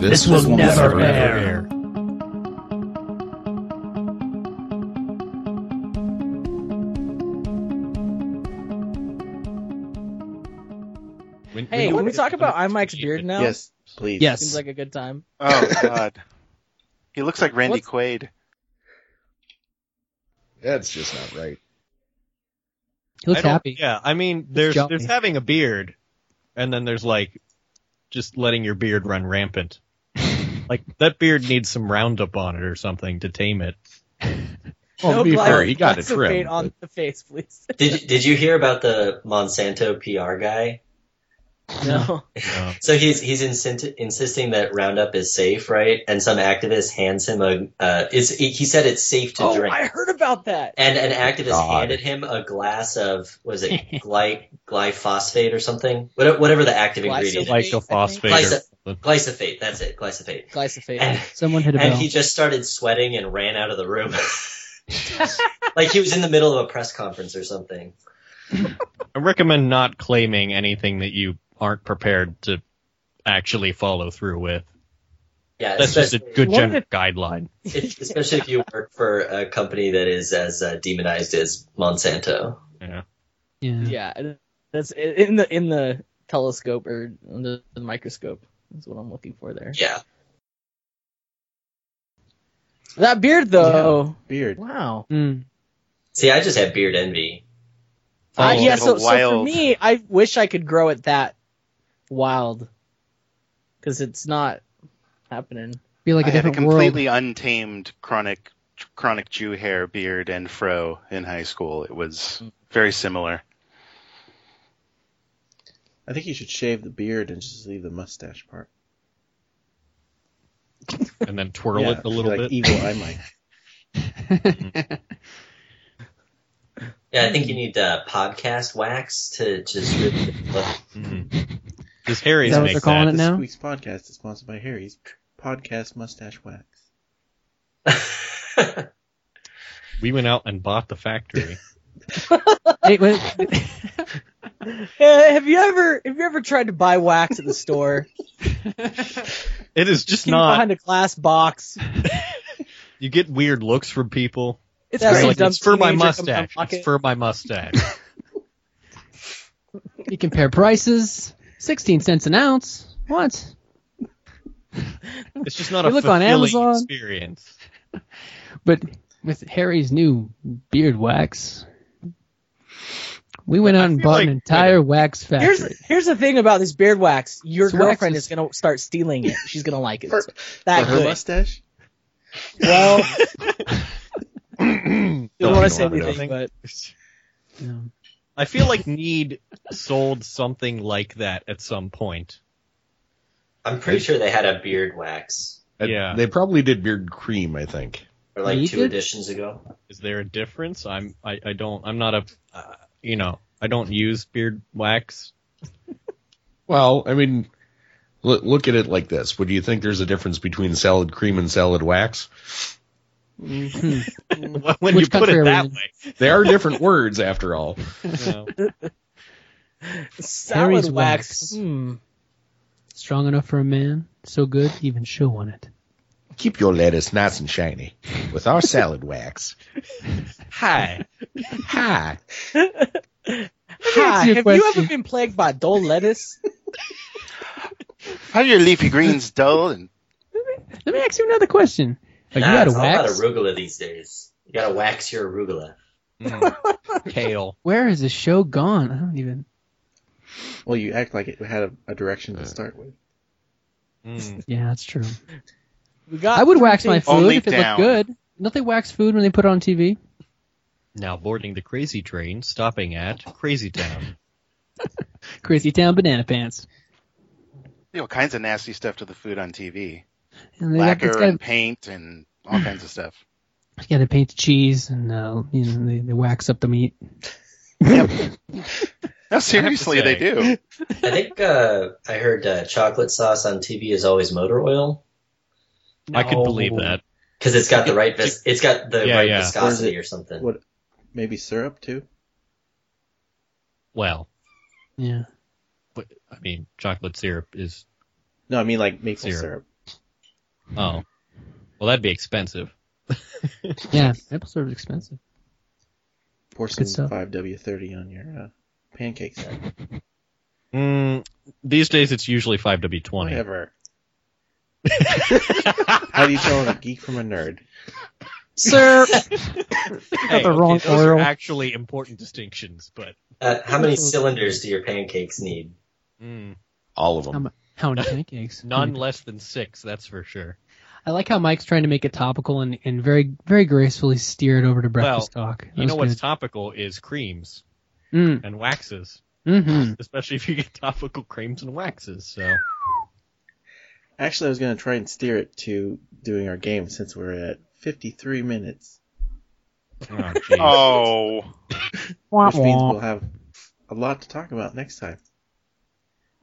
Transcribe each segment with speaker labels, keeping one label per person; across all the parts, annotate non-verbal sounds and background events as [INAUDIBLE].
Speaker 1: This, will, never, air.
Speaker 2: When-
Speaker 3: Hey,
Speaker 2: when
Speaker 3: can we
Speaker 2: you-
Speaker 3: talk about iMike's beard now?
Speaker 4: Yes, please.
Speaker 1: Yes.
Speaker 3: Seems like a good time.
Speaker 5: Oh God, he looks like Randy
Speaker 3: What's-
Speaker 5: Quaid.
Speaker 2: That's just not right.
Speaker 1: He looks
Speaker 6: I don't-
Speaker 1: happy.
Speaker 6: Yeah, I mean, there's
Speaker 1: jolly.
Speaker 6: there's having a beard, and then there's like just letting your beard run rampant.
Speaker 3: [LAUGHS]
Speaker 6: like that beard needs some roundup on it or something to tame it.
Speaker 2: Well,
Speaker 3: No
Speaker 2: to be
Speaker 3: glass-
Speaker 2: fair, he got it
Speaker 3: glass of paint
Speaker 2: trimmed.
Speaker 3: on the face, please.
Speaker 7: Did did you hear about the Monsanto PR guy?
Speaker 3: No.
Speaker 6: Uh,
Speaker 7: So he's he's insint- insisting that Roundup is safe, right? And some activist hands him a uh, it's he he said it's safe to
Speaker 3: Oh,
Speaker 7: drink.
Speaker 3: I heard about that.
Speaker 7: and an activist
Speaker 4: God.
Speaker 7: handed him a glass of was it gly, glyphosate or something? What, whatever the active ingredient.
Speaker 6: Glycophosphate.
Speaker 7: Glyco-
Speaker 6: or something.
Speaker 7: Glyphosate. That's it. Glyphosate.
Speaker 3: Glyphosate.
Speaker 7: And,
Speaker 1: Someone hit a
Speaker 7: and
Speaker 1: bell.
Speaker 7: he just started sweating and ran out of the room. [LAUGHS] like he was in the middle of a press conference or something.
Speaker 6: I recommend not claiming anything that you aren't prepared to actually follow through with.
Speaker 7: Yeah,
Speaker 6: That's just a
Speaker 7: especially-
Speaker 6: good
Speaker 3: What
Speaker 6: general
Speaker 3: if-
Speaker 6: guideline.
Speaker 7: if- especially if you work for a company that is as uh, demonized as Monsanto.
Speaker 1: yeah.
Speaker 3: Yeah, it- that's in the in the telescope or under the microscope. That's what I'm looking for there.
Speaker 7: Yeah.
Speaker 3: That beard, though.
Speaker 4: Beard.
Speaker 3: Wow.
Speaker 1: Mm.
Speaker 7: See, I just have beard envy.
Speaker 3: Uh,
Speaker 5: Oh,
Speaker 3: yeah.
Speaker 5: it's a
Speaker 3: So, so for
Speaker 5: wild-
Speaker 3: me, I wish I could grow it that wild, because it's not happening.
Speaker 1: Be like a
Speaker 5: I had a
Speaker 1: different world.
Speaker 5: completely untamed chronic chronic Jew hair, beard, and fro in high school. It was very similar.
Speaker 4: I think you should shave the beard and just leave the mustache part.
Speaker 6: And then twirl
Speaker 4: Yeah,
Speaker 6: it a little
Speaker 4: like
Speaker 6: bit. [LAUGHS]
Speaker 4: Evil eye mic.
Speaker 7: Yeah, I
Speaker 1: Mm-hmm.
Speaker 7: think you need uh, podcast wax to just really
Speaker 6: Mhm. Does
Speaker 1: Is
Speaker 6: Harry's
Speaker 1: that what
Speaker 6: make
Speaker 1: they're calling
Speaker 6: that?
Speaker 1: it
Speaker 4: this
Speaker 1: now?
Speaker 4: week's podcast is sponsored by Harry's Podcast Mustache Wax.
Speaker 6: We went out and bought the factory.
Speaker 1: Hey, wait.
Speaker 3: Eh, have you ever have you ever tried to buy wax at the store?
Speaker 6: [LAUGHS] it is just
Speaker 3: Keep it
Speaker 6: not.
Speaker 3: behind a glass box.
Speaker 6: You get weird looks from people.
Speaker 3: It's
Speaker 1: Yeah,
Speaker 3: for
Speaker 6: It's
Speaker 3: some
Speaker 6: like,
Speaker 3: dumb
Speaker 6: it's for my
Speaker 3: teenager come out of
Speaker 6: mustache.
Speaker 3: pocket.
Speaker 6: It's for my mustache.
Speaker 1: [LAUGHS] you compare prices. Sixteen cents an ounce. What?
Speaker 6: It's just not
Speaker 1: You
Speaker 6: a
Speaker 1: look on
Speaker 6: fulfilling
Speaker 1: Amazon.
Speaker 6: experience. [LAUGHS]
Speaker 1: But with Harry's new beard wax, we went out and
Speaker 6: feel
Speaker 1: bought
Speaker 6: like-
Speaker 1: an entire wax factory.
Speaker 3: Here's here's the thing about this beard wax. Your
Speaker 1: This wax
Speaker 3: girlfriend
Speaker 1: is-
Speaker 3: is gonna start stealing it. She's gonna like it.
Speaker 4: For-
Speaker 3: It's that
Speaker 4: For her
Speaker 3: good.
Speaker 4: mustache?
Speaker 3: Well, don't want to say
Speaker 6: Don't know.
Speaker 3: anything, but
Speaker 1: Yeah.
Speaker 6: I feel like Need sold something like that at some point.
Speaker 7: I'm pretty sure they had a beard wax
Speaker 2: Uh,
Speaker 6: Yeah.
Speaker 2: They probably did beard cream, I think.
Speaker 7: or like
Speaker 1: You
Speaker 7: two
Speaker 1: did?
Speaker 7: editions ago.
Speaker 6: Is there a difference? I'm I, I don't I'm not a uh, you know I don't use beard wax. [LAUGHS]
Speaker 2: Well, I mean, look, look at it like this. Would you think there's a difference between salad cream and salad wax?
Speaker 1: Mm-hmm.
Speaker 6: when
Speaker 1: Which
Speaker 6: you put
Speaker 1: country are
Speaker 6: it
Speaker 1: we
Speaker 6: that
Speaker 1: in?
Speaker 6: way.
Speaker 2: They are
Speaker 6: [LAUGHS]
Speaker 2: different words, after all.
Speaker 6: you know.
Speaker 3: salad
Speaker 1: Harry's
Speaker 3: wax.
Speaker 1: wax.
Speaker 3: Hmm.
Speaker 1: Strong enough for a man, so good, even show on it.
Speaker 2: Keep your lettuce nice and shiny with our salad wax.
Speaker 6: Hi.
Speaker 2: Hi.
Speaker 3: Hi,
Speaker 1: your
Speaker 3: have you
Speaker 1: question.
Speaker 3: ever been plagued by dull lettuce?
Speaker 5: How are your leafy greens dull? And
Speaker 1: Let me ask you another question. Are
Speaker 7: Nah,
Speaker 1: Oh, you out
Speaker 7: it's
Speaker 1: of
Speaker 7: all about
Speaker 1: wax?
Speaker 7: arugula these days. You gotta wax your arugula.
Speaker 6: Mm. [LAUGHS] Kale.
Speaker 1: Where has the show gone? I don't even.
Speaker 4: Well, you act like it had a, a direction to start with.
Speaker 6: Mm.
Speaker 1: Yeah, that's true.
Speaker 3: We got
Speaker 1: I would wax my
Speaker 3: things-
Speaker 1: food
Speaker 5: Uh, Only
Speaker 1: if it
Speaker 5: down.
Speaker 1: looked good. Don't they wax food when they put it on TV?
Speaker 6: [LAUGHS] Now boarding the crazy train, stopping at Crazy Town.
Speaker 1: Crazy Town banana pants.
Speaker 5: you know, all kinds of nasty stuff to the food on TV.
Speaker 1: And they got,
Speaker 5: Lacquer
Speaker 1: it's got,
Speaker 5: and paint and all kinds of
Speaker 1: [LAUGHS]
Speaker 5: stuff.
Speaker 1: yeah, they paint the cheese and uh, you know they, they wax up the meat.
Speaker 5: No, seriously, they
Speaker 1: [LAUGHS]
Speaker 5: do.
Speaker 7: I think uh, I heard uh, chocolate sauce on TV is always motor oil
Speaker 6: I could
Speaker 1: No.
Speaker 6: believe that.
Speaker 7: because it's got the right vis- it's got the
Speaker 6: Yeah,
Speaker 7: right
Speaker 6: yeah.
Speaker 7: viscosity or something.
Speaker 4: What? Maybe syrup too?
Speaker 6: Well,
Speaker 1: Yeah.
Speaker 6: but, I mean, chocolate syrup is
Speaker 4: No, I mean like maple
Speaker 6: Syrup.
Speaker 4: syrup.
Speaker 6: Oh. Well, that'd be expensive.
Speaker 1: Yeah, maple syrup is expensive.
Speaker 4: Pour some
Speaker 1: Good stuff.
Speaker 4: 5W30 on your uh,
Speaker 1: [LAUGHS]
Speaker 4: pancakes.
Speaker 6: Mm, these days it's usually 5W20.
Speaker 1: [LAUGHS]
Speaker 4: Whatever. How do you tell a geek from a nerd?
Speaker 3: Sir,
Speaker 6: Hey,
Speaker 1: the wrong
Speaker 6: okay, those are
Speaker 1: oil.
Speaker 6: actually important distinctions, but
Speaker 7: Uh, how many cylinders do your pancakes need?
Speaker 6: mm,
Speaker 2: All of
Speaker 1: How
Speaker 2: them.
Speaker 1: mu- [LAUGHS] how many pancakes?
Speaker 6: none less than six, that's for sure.
Speaker 1: I like how Mike's trying to make it topical and, and very very gracefully steer it over to breakfast talk.
Speaker 6: You know what's topical is creams
Speaker 1: Mm,
Speaker 6: and waxes,
Speaker 1: hmm
Speaker 6: especially if you get topical creams and waxes. [LAUGHS] So
Speaker 4: Actually, I was going to try and steer it to doing our game since we're at 53 minutes,
Speaker 6: Oh, geez.
Speaker 5: [LAUGHS] Oh,
Speaker 4: which means we'll have a lot to talk about next time.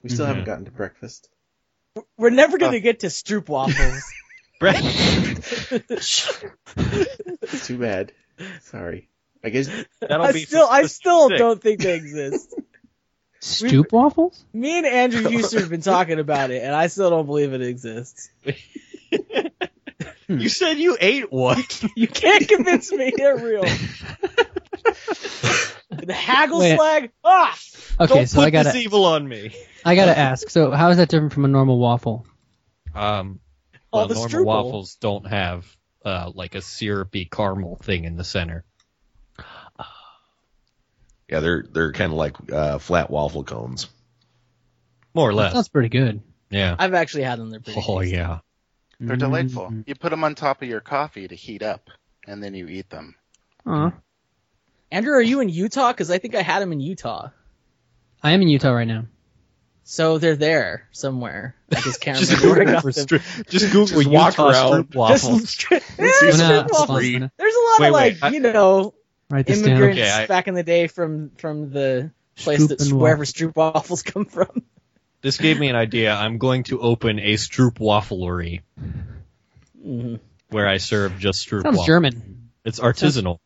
Speaker 4: We
Speaker 6: Mhm.
Speaker 4: still
Speaker 1: Mm-hmm.
Speaker 4: haven't gotten to breakfast.
Speaker 3: we're never gonna get to Stroop waffles.
Speaker 6: Bre-
Speaker 4: It's too bad. Sorry. I guess
Speaker 6: That'll
Speaker 3: I
Speaker 6: be
Speaker 3: still, I still
Speaker 6: six.
Speaker 3: don't think they exist.
Speaker 1: Stoop waffles?
Speaker 3: Me and Andrew Houston have been talking about it, and I still don't believe it exists.
Speaker 6: you said you ate what?
Speaker 3: You can't convince me they're real. the haggle
Speaker 1: Wait.
Speaker 3: slag. Ah,
Speaker 1: Okay,
Speaker 6: don't
Speaker 1: so
Speaker 6: put
Speaker 1: I gotta
Speaker 6: this evil on me.
Speaker 1: I gotta ask. So how is that different from a normal waffle?
Speaker 6: Um,
Speaker 3: All
Speaker 6: well,
Speaker 3: the
Speaker 6: normal
Speaker 3: Struble.
Speaker 6: waffles don't have uh, like a syrupy caramel thing in the center.
Speaker 2: Yeah, they're they're kind of like uh, flat waffle cones.
Speaker 6: More or
Speaker 1: That
Speaker 6: less.
Speaker 1: sounds pretty good.
Speaker 6: Yeah.
Speaker 3: I've actually had them. They're pretty.
Speaker 6: Oh
Speaker 3: tasty.
Speaker 6: yeah.
Speaker 5: they're delightful.
Speaker 1: Mm.
Speaker 5: You put them on top of your coffee to heat up, and then you eat them.
Speaker 1: Aw.
Speaker 3: Andrew, are you in Utah? Because I think I had them in Utah.
Speaker 1: I am in Utah right now.
Speaker 3: So they're there somewhere. I just can't [LAUGHS]
Speaker 6: Just
Speaker 3: remember where I
Speaker 6: Google,
Speaker 3: got
Speaker 6: for
Speaker 3: them.
Speaker 6: stri- just Google
Speaker 2: Just walk
Speaker 6: Utah
Speaker 2: around.
Speaker 6: strip waffles.
Speaker 3: [LAUGHS] Just there's,
Speaker 1: I'm gonna-
Speaker 3: strip waffles.
Speaker 1: I'm gonna
Speaker 3: there's a lot
Speaker 6: Wait,
Speaker 3: of
Speaker 6: wait,
Speaker 3: like
Speaker 6: I-
Speaker 3: you know
Speaker 1: write this down.
Speaker 3: immigrants
Speaker 6: Okay, I-
Speaker 3: back in the day from from the place
Speaker 1: Stroop
Speaker 3: that
Speaker 1: and
Speaker 3: wherever
Speaker 1: waffles.
Speaker 3: Stroop waffles come from. [LAUGHS]
Speaker 6: This gave me an idea. I'm going to open a Stroop wafflery Mm-hmm. where I serve just Stroop
Speaker 1: Sounds
Speaker 6: waffles.
Speaker 1: German.
Speaker 6: It's artisanal.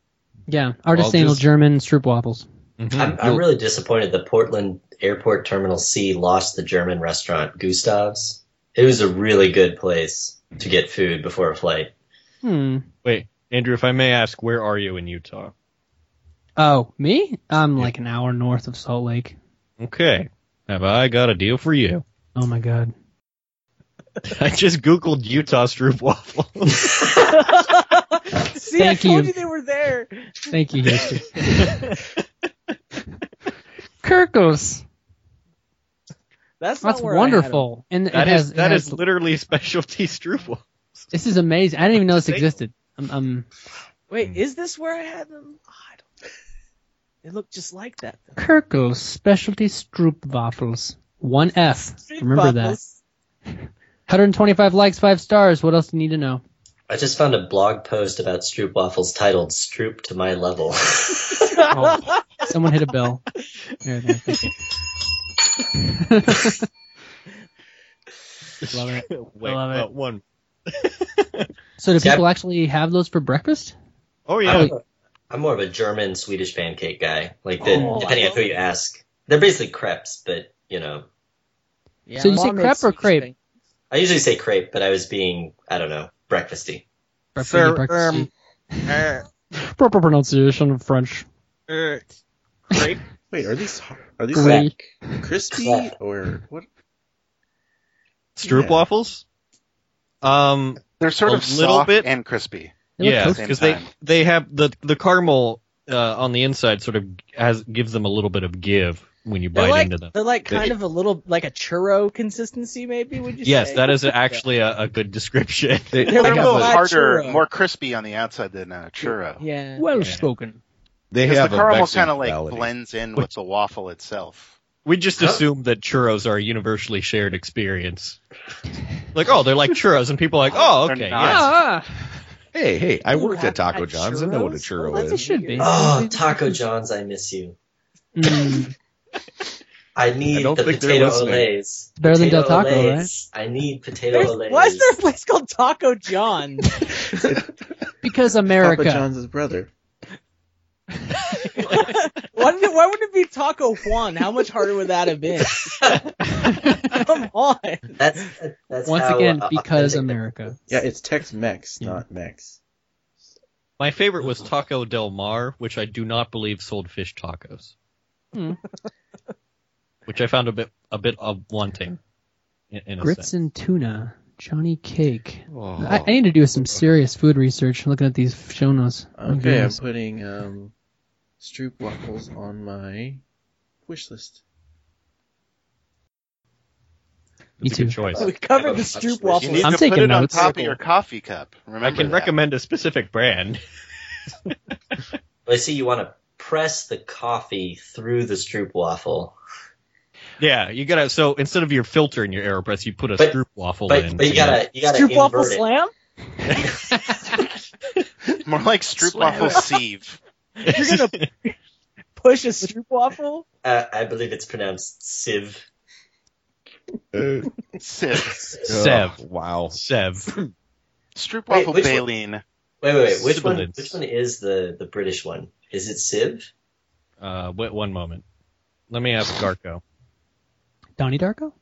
Speaker 1: Yeah,
Speaker 2: Well,
Speaker 1: artisanal
Speaker 2: just-
Speaker 1: German Stroop waffles.
Speaker 6: Mhm.
Speaker 7: I'm, I'm really disappointed that Portland Airport Terminal C lost the German restaurant Gustav's. It was a really good place to get food before a flight.
Speaker 1: Hmm.
Speaker 6: Wait, Andrew, if I may ask, where are you in Utah?
Speaker 1: Oh, me? I'm like an hour north of Salt Lake.
Speaker 6: Okay. Have I got a deal for you? [LAUGHS]
Speaker 1: Oh my god.
Speaker 6: I just Googled Utah Stroop waffles. [LAUGHS]
Speaker 3: See,
Speaker 1: Thank
Speaker 3: I told
Speaker 1: you.
Speaker 3: you. they were there.
Speaker 1: Thank you, Houston. Kirkos.
Speaker 3: That's not
Speaker 1: That's
Speaker 3: where I had 'em.
Speaker 1: wonderful. And
Speaker 6: That
Speaker 1: it has,
Speaker 6: is that
Speaker 1: it has,
Speaker 6: is literally [LAUGHS] specialty Stroop waffles.
Speaker 1: this is amazing. I didn't even know this
Speaker 6: Thank-
Speaker 1: existed. Um, um
Speaker 2: Hmm.
Speaker 3: Wait, is this where I had them? Oh, I don't. They look just like that. Though.
Speaker 1: Kirkos specialty Stroopwafels. One F. Remember that. 125 likes, five stars. What else do you need to know?
Speaker 7: I just found a blog post about Stroop waffles titled "Stroop to My Level." [LAUGHS]
Speaker 3: that.
Speaker 1: [LAUGHS]
Speaker 3: [LAUGHS]
Speaker 1: Oh, someone hit a bell. There, there, thank you. Love it.
Speaker 6: Wait,
Speaker 1: love
Speaker 6: uh,
Speaker 1: it.
Speaker 6: one.
Speaker 1: So do
Speaker 7: See, I-
Speaker 1: people actually have those for breakfast?
Speaker 6: Oh yeah.
Speaker 7: I'm, I'm more of a German Swedish pancake guy. Like the,
Speaker 3: Oh,
Speaker 7: depending on who you ask, they're basically crepes, but you know,
Speaker 3: Yeah,
Speaker 1: So you
Speaker 3: my
Speaker 1: say
Speaker 3: mom
Speaker 1: crepe
Speaker 3: makes
Speaker 1: or
Speaker 3: Swedish
Speaker 1: crepe?
Speaker 3: thing.
Speaker 7: I usually say crepe, but I was being I don't know breakfasty.
Speaker 1: Breakfast,
Speaker 6: Sir,
Speaker 1: breakfast.
Speaker 6: um, uh,
Speaker 1: Proper pronunciation of French.
Speaker 6: uh, grape.
Speaker 4: Wait, are these are these
Speaker 1: Great.
Speaker 4: like crispy
Speaker 7: Crap.
Speaker 4: or what?
Speaker 6: Stroop
Speaker 4: Yeah.
Speaker 6: waffles? Um,
Speaker 5: They're sort
Speaker 6: A
Speaker 5: of
Speaker 6: little
Speaker 5: soft
Speaker 6: bit?
Speaker 5: and crispy.
Speaker 1: They look
Speaker 6: yeah,
Speaker 5: toasty.
Speaker 6: because they
Speaker 5: Same time.
Speaker 6: they have the the caramel uh, on the inside sort of has gives them a little bit of give when you
Speaker 3: They're
Speaker 6: bite
Speaker 3: like,
Speaker 6: into them.
Speaker 3: they're like
Speaker 6: They-
Speaker 3: kind of a little like a churro consistency, maybe. Would you
Speaker 6: Yes,
Speaker 3: say?
Speaker 6: that is actually a, a good description.
Speaker 2: They,
Speaker 3: They're
Speaker 5: They're
Speaker 3: like
Speaker 5: a
Speaker 3: a
Speaker 5: little
Speaker 3: flat
Speaker 5: harder,
Speaker 3: churro.
Speaker 5: more crispy on the outside than a churro.
Speaker 3: Yeah.
Speaker 1: Well
Speaker 6: Yeah.
Speaker 1: spoken.
Speaker 2: they
Speaker 5: Because
Speaker 2: have
Speaker 5: the
Speaker 2: a
Speaker 5: caramel
Speaker 2: vexing
Speaker 5: kind of like
Speaker 2: quality.
Speaker 5: blends in
Speaker 6: Which-
Speaker 5: with the waffle itself.
Speaker 6: [LAUGHS] We just
Speaker 7: Huh?
Speaker 6: assume that churros are a universally shared experience. Like, oh, they're like churros, and people are like, oh,
Speaker 5: They're
Speaker 6: okay,
Speaker 5: not.
Speaker 6: yes.
Speaker 2: Hey, hey, I
Speaker 3: You
Speaker 2: worked at
Speaker 3: have
Speaker 2: Taco
Speaker 3: had
Speaker 2: John's. I know what a
Speaker 3: churros?
Speaker 2: churro
Speaker 3: Oh, that's
Speaker 1: It
Speaker 2: is.
Speaker 1: should be.
Speaker 7: Oh, Taco John's, I miss you.
Speaker 1: Mm,
Speaker 7: I
Speaker 2: I
Speaker 7: need
Speaker 2: don't
Speaker 7: the
Speaker 2: think they're
Speaker 7: potato
Speaker 2: listening.
Speaker 7: olays.
Speaker 1: better than Del
Speaker 7: Potato
Speaker 1: Taco, right?
Speaker 7: olays. I need potato
Speaker 3: There's-
Speaker 7: olays.
Speaker 3: why is there a place called Taco John?
Speaker 1: because
Speaker 4: Papa
Speaker 1: America.
Speaker 4: John's brother.
Speaker 3: [LAUGHS] Why, did it, why wouldn't it be Taco Juan? How much harder would that have been? [LAUGHS] Come on.
Speaker 7: That's that's
Speaker 1: Once
Speaker 7: how uh,
Speaker 1: again, because
Speaker 7: authentic-
Speaker 1: America.
Speaker 4: Yeah, it's Tex Mex,
Speaker 1: Yeah.
Speaker 4: not Mex.
Speaker 6: My favorite was Taco Del Mar, which I do not believe sold fish tacos.
Speaker 1: Hmm.
Speaker 6: [LAUGHS] which I found a bit a bit of wanting. In, in a
Speaker 1: Grits
Speaker 6: sense.
Speaker 1: and tuna, Johnny Cake.
Speaker 2: Oh.
Speaker 1: I, I need to do some serious food research looking at these show notes. My
Speaker 4: Okay, I'm
Speaker 1: goodness.
Speaker 4: putting um, Stroop waffles on my wish list.
Speaker 1: Me
Speaker 6: It's a good
Speaker 1: too.
Speaker 6: choice.
Speaker 3: We covered the Stroop
Speaker 5: You
Speaker 3: waffles.
Speaker 5: need
Speaker 1: I'm
Speaker 5: to
Speaker 1: taking
Speaker 5: put it
Speaker 1: notes.
Speaker 5: on top of your coffee cup. Remember
Speaker 6: I can
Speaker 5: that.
Speaker 6: recommend a specific brand.
Speaker 7: I see you want to press the coffee through the stroop waffle,
Speaker 6: [LAUGHS] Yeah, you gotta. So instead of your filter in your Aeropress, you put a
Speaker 7: But-
Speaker 6: stroop waffle
Speaker 7: but,
Speaker 6: in.
Speaker 7: but you
Speaker 6: [LAUGHS]
Speaker 7: gotta you gotta
Speaker 3: Stroop waffle
Speaker 7: invert it.
Speaker 3: slam?
Speaker 5: More like Stroop waffle sieve.
Speaker 3: You're gonna push a Stroop
Speaker 5: [LAUGHS]
Speaker 3: waffle?
Speaker 7: Uh, I believe it's pronounced sieve.
Speaker 2: Uh,
Speaker 5: Sieve.
Speaker 6: Sev.
Speaker 2: ugh, wow.
Speaker 6: Sev.
Speaker 5: Stroop
Speaker 7: Wait,
Speaker 5: waffle
Speaker 7: which one?
Speaker 5: baleen.
Speaker 7: Wait, wait, wait. Which one?
Speaker 6: Sibilance.
Speaker 7: Which one is the the British one? Is it sieve?
Speaker 6: Uh, wait one moment. Let me ask Garco.
Speaker 1: Donnie Darko?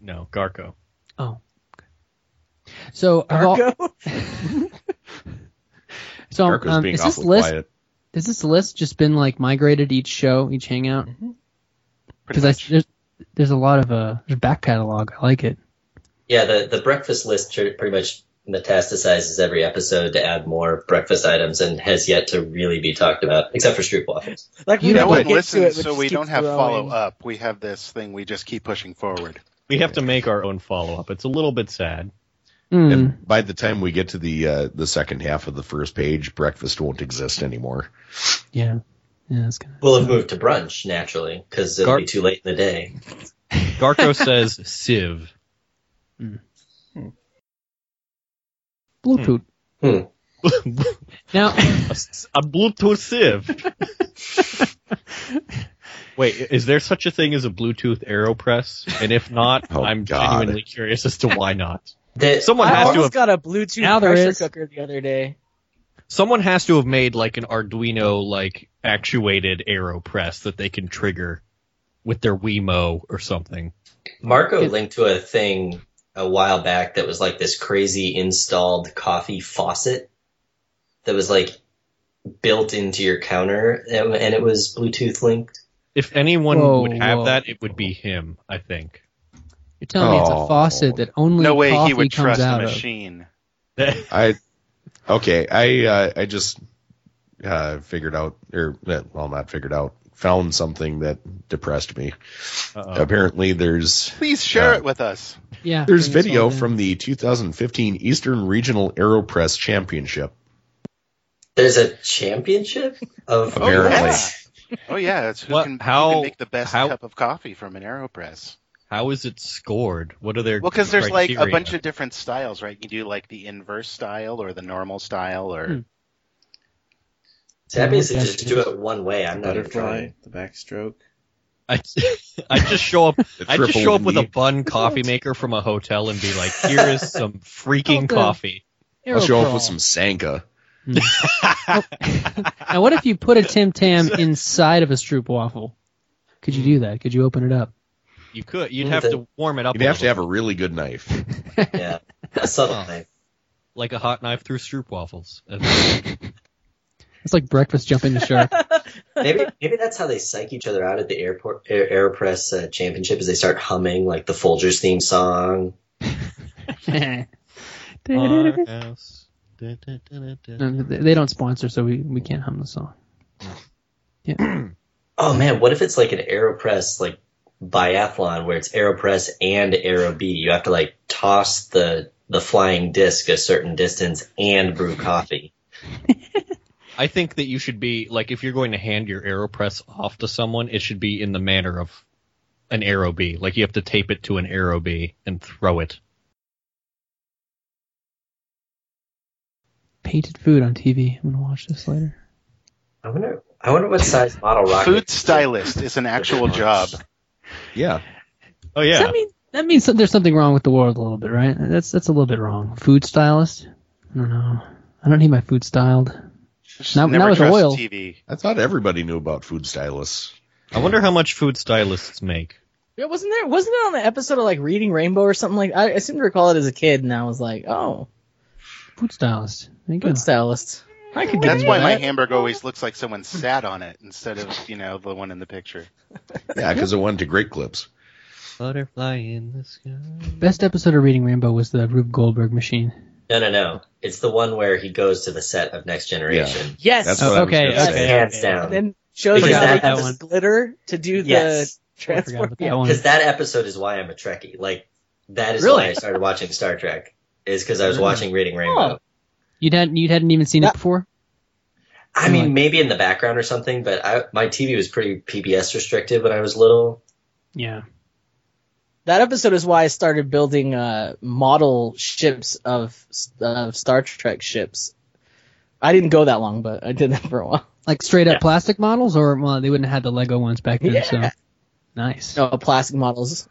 Speaker 6: No, Garco.
Speaker 1: So, of all-
Speaker 3: Darko?
Speaker 1: [LAUGHS] so
Speaker 2: Darko's
Speaker 1: um,
Speaker 2: being
Speaker 1: is this
Speaker 2: awfully
Speaker 1: list
Speaker 2: quiet.
Speaker 1: has this list just been like migrated each show, each hangout?
Speaker 5: Mm-hmm. Pretty
Speaker 1: Because I
Speaker 5: much.
Speaker 1: there's, there's a lot of uh there's back catalog. I like it.
Speaker 7: Yeah, the the breakfast list tr- pretty much metastasizes every episode to add more breakfast items and has yet to really be talked about, except for stroop waffles.
Speaker 3: Like we
Speaker 1: You
Speaker 5: No
Speaker 1: know
Speaker 3: don't
Speaker 1: what?
Speaker 5: one
Speaker 3: get to it,
Speaker 5: listens,
Speaker 3: but
Speaker 5: so
Speaker 3: just
Speaker 5: we
Speaker 3: keep
Speaker 5: don't have
Speaker 3: throwing-
Speaker 5: follow up. We have this thing we just keep pushing forward.
Speaker 6: We have to make our own follow up. It's a little bit sad.
Speaker 1: Mm.
Speaker 2: And by the time we get to the uh, the second half of the first page, breakfast won't exist anymore.
Speaker 1: yeah, yeah, that's kind of
Speaker 7: We'll have moved to brunch naturally because it'll
Speaker 6: Gar-
Speaker 7: be too late in the day.
Speaker 1: [LAUGHS]
Speaker 6: Garco says sieve.
Speaker 5: Hmm.
Speaker 1: Bluetooth.
Speaker 2: Hmm. [LAUGHS]
Speaker 1: Now,
Speaker 6: a, s- a Bluetooth sieve. [LAUGHS] Wait, i- is there such a thing as a Bluetooth AeroPress? And if not,
Speaker 2: Oh,
Speaker 6: I'm
Speaker 2: God.
Speaker 6: genuinely curious as to why not.
Speaker 7: The-
Speaker 6: Someone
Speaker 3: I
Speaker 6: has to
Speaker 3: almost
Speaker 6: have,
Speaker 3: got a Bluetooth
Speaker 1: Now there
Speaker 3: pressure
Speaker 1: is.
Speaker 3: cooker the other day.
Speaker 6: someone has to have made like an Arduino like actuated AeroPress that they can trigger with their Wemo or something.
Speaker 7: Marco
Speaker 1: It-
Speaker 7: linked to a thing a while back that was like this crazy installed coffee faucet that was like built into your counter and and it was Bluetooth linked.
Speaker 6: If anyone
Speaker 1: Whoa,
Speaker 6: would have
Speaker 1: whoa.
Speaker 6: that, it would be him, I think.
Speaker 1: you're telling me it's a
Speaker 2: Oh.
Speaker 1: faucet that only
Speaker 5: No way
Speaker 1: coffee
Speaker 5: he would
Speaker 1: comes
Speaker 5: trust a
Speaker 1: out of.
Speaker 5: machine.
Speaker 2: I okay. I uh, I just uh, figured out, or uh, well, not figured out, found something that depressed me.
Speaker 6: Uh-oh.
Speaker 2: Apparently, there's
Speaker 5: Please share
Speaker 2: Yeah.
Speaker 5: it with us.
Speaker 1: Yeah,
Speaker 2: there's
Speaker 1: bring us all
Speaker 2: video
Speaker 1: in.
Speaker 2: from the 2015 Eastern Regional Aeropress Championship.
Speaker 7: There's a championship of
Speaker 2: Apparently.
Speaker 5: Oh yeah, it's who,
Speaker 6: What-
Speaker 5: can, who
Speaker 6: how-
Speaker 5: can make the best
Speaker 6: how-
Speaker 5: cup of coffee from an AeroPress.
Speaker 6: How is it scored? What are their
Speaker 5: Well, because there's like a
Speaker 6: criteria?
Speaker 5: bunch of different styles, right? You do like the inverse style or the normal style, or
Speaker 1: Hmm.
Speaker 7: It's obvious to just do it one way. I'm not even
Speaker 4: Butterfly,
Speaker 7: trying.
Speaker 4: the backstroke.
Speaker 6: I, [LAUGHS] I just show up.
Speaker 2: The
Speaker 6: I just
Speaker 2: triple
Speaker 6: show up with a
Speaker 2: E.
Speaker 1: [LAUGHS]
Speaker 6: bun coffee maker from a hotel and be like, "Here is some freaking
Speaker 1: Oh, good.
Speaker 6: coffee."
Speaker 2: I'll show up with
Speaker 1: Aeropress.
Speaker 2: some Sanka.
Speaker 1: Now, what if you put a
Speaker 2: [LAUGHS]
Speaker 1: Tim Tam inside of a Stroop waffle? Could you do that? Could you open it up?
Speaker 6: You could. You'd
Speaker 7: Mm,
Speaker 6: have
Speaker 7: the-
Speaker 6: to warm it up.
Speaker 2: You'd have to have a really good knife.
Speaker 6: [LAUGHS]
Speaker 7: Yeah. A subtle
Speaker 6: Huh.
Speaker 7: thing.
Speaker 6: like a hot knife through stroop
Speaker 1: [LAUGHS]
Speaker 6: waffles.
Speaker 1: It's like breakfast jumping the
Speaker 2: [LAUGHS]
Speaker 5: [LAUGHS]
Speaker 1: shark. [LAUGHS]
Speaker 7: Maybe maybe that's how they psych each other out at the airport Air, Aeropress uh, championship is they start humming like the Folgers theme song.
Speaker 1: No, [LAUGHS]
Speaker 6: house.
Speaker 1: Uh, they they don't sponsor, so we, we can't hum the song.
Speaker 7: Oh man, what if it's like an Aeropress like biathlon where it's Aeropress and Aerobee? You have to like toss the the flying disc a certain distance and brew [LAUGHS] coffee.
Speaker 6: I think that you should be like if you're going to hand your Aeropress off to someone, it should be in the manner of an Aero bee. Like you have to tape it to an Aero bee and throw it.
Speaker 1: Painted food on TV. I'm gonna watch this later.
Speaker 7: I wonder I wonder what size model rocket
Speaker 5: food stylist is an actual job.
Speaker 2: Yeah.
Speaker 6: Oh
Speaker 1: Does
Speaker 6: yeah,
Speaker 1: that mean that means that there's something wrong with the world a little bit, right? That's that's a little bit wrong. Food stylist. I don't know. I don't need my food styled.
Speaker 5: Just
Speaker 1: Not-
Speaker 5: never
Speaker 1: not with
Speaker 5: trust
Speaker 1: oil.
Speaker 5: TV.
Speaker 2: I thought everybody knew about food stylists.
Speaker 6: I wonder how much food stylists make.
Speaker 3: Yeah, wasn't there? Wasn't it on the episode of like Reading Rainbow or something like? I, I seem to recall it as a kid, and I was like, oh,
Speaker 1: Food stylist. There you go.
Speaker 3: food stylist. I could.
Speaker 5: That's
Speaker 3: do
Speaker 5: why
Speaker 3: that.
Speaker 5: my hamburger always looks like someone sat on it instead of you know the one in the picture.
Speaker 2: Yeah, because it went to great clips.
Speaker 6: Butterfly in the sky.
Speaker 1: Best episode of Reading Rainbow was the Rube
Speaker 3: [LAUGHS]
Speaker 1: Goldberg machine.
Speaker 7: No, no, no. It's the one where he goes to the set of Next Generation.
Speaker 3: Yes.
Speaker 2: That's
Speaker 1: Oh,
Speaker 2: what I
Speaker 1: okay,
Speaker 2: was gonna
Speaker 3: okay.
Speaker 2: say.
Speaker 7: Hands
Speaker 3: and
Speaker 7: down.
Speaker 3: then shows
Speaker 7: Because
Speaker 3: you how
Speaker 7: that
Speaker 3: they got this
Speaker 1: episode-
Speaker 3: glitter to do
Speaker 7: Yes.
Speaker 3: the
Speaker 1: I forgot
Speaker 3: transport.
Speaker 1: about that one.
Speaker 7: Because that episode is why I'm a Trekkie. Like, that is
Speaker 3: Really?
Speaker 7: why I started watching Star Trek, is because I was watching Reading Rainbow.
Speaker 1: You hadn't you hadn't even seen
Speaker 3: That-
Speaker 1: it before.
Speaker 7: I mean, maybe in the background or something, but I, my TV was pretty PBS restricted when I was little.
Speaker 1: Yeah.
Speaker 3: That episode is why I started building uh, model ships of of Star Trek ships. I didn't go that long, but I did that for a while. [LAUGHS]
Speaker 1: Like straight up plastic models, or well, they wouldn't have had the Lego ones back then. So
Speaker 3: Yeah.
Speaker 1: nice.
Speaker 3: No plastic models.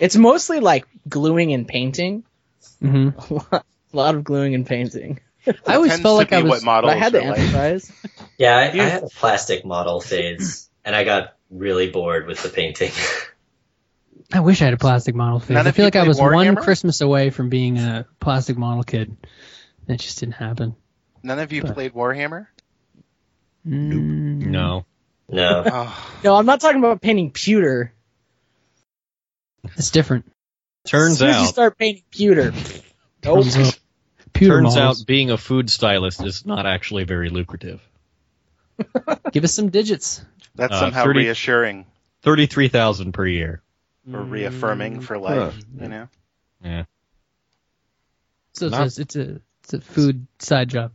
Speaker 3: It's mostly like gluing and painting. [LAUGHS]
Speaker 1: hmm
Speaker 3: A lot, a lot of gluing and painting.
Speaker 1: I always
Speaker 5: Tends
Speaker 1: felt
Speaker 5: to
Speaker 1: like
Speaker 5: be
Speaker 1: I was-
Speaker 5: what
Speaker 3: But
Speaker 5: models
Speaker 3: I had to
Speaker 5: are like.
Speaker 3: emphasize. [LAUGHS]
Speaker 7: Yeah, I, I had a plastic
Speaker 6: [CLEARS THROAT]
Speaker 7: model phase, and I got really bored with the painting. [LAUGHS]
Speaker 1: I wish I had a plastic model phase.
Speaker 5: None
Speaker 1: I
Speaker 5: of
Speaker 1: feel
Speaker 5: you
Speaker 1: like I
Speaker 5: played
Speaker 1: was one
Speaker 5: Warhammer?
Speaker 1: Christmas away from being a plastic model kid. That just didn't happen.
Speaker 5: None of you played
Speaker 1: [LAUGHS]
Speaker 5: Warhammer.
Speaker 1: Mm,
Speaker 6: No.
Speaker 7: no.
Speaker 1: Uh,
Speaker 5: Oh,
Speaker 3: No, I'm not talking about painting pewter.
Speaker 1: it's different.
Speaker 6: Turns
Speaker 3: as soon as you
Speaker 6: out,
Speaker 3: start painting pewter,
Speaker 5: Oh.
Speaker 3: nope.
Speaker 1: Turns out, pewter
Speaker 6: turns out
Speaker 1: models.
Speaker 6: being a food stylist is not actually very lucrative.
Speaker 1: give us some digits.
Speaker 5: that's
Speaker 6: Uh,
Speaker 5: somehow
Speaker 6: 30
Speaker 5: reassuring
Speaker 6: Thirty-three thousand per year.
Speaker 5: or
Speaker 1: Mm.
Speaker 5: reaffirming for life. You know,
Speaker 1: So it's,
Speaker 6: Not-
Speaker 1: a, it's a it's a food side job.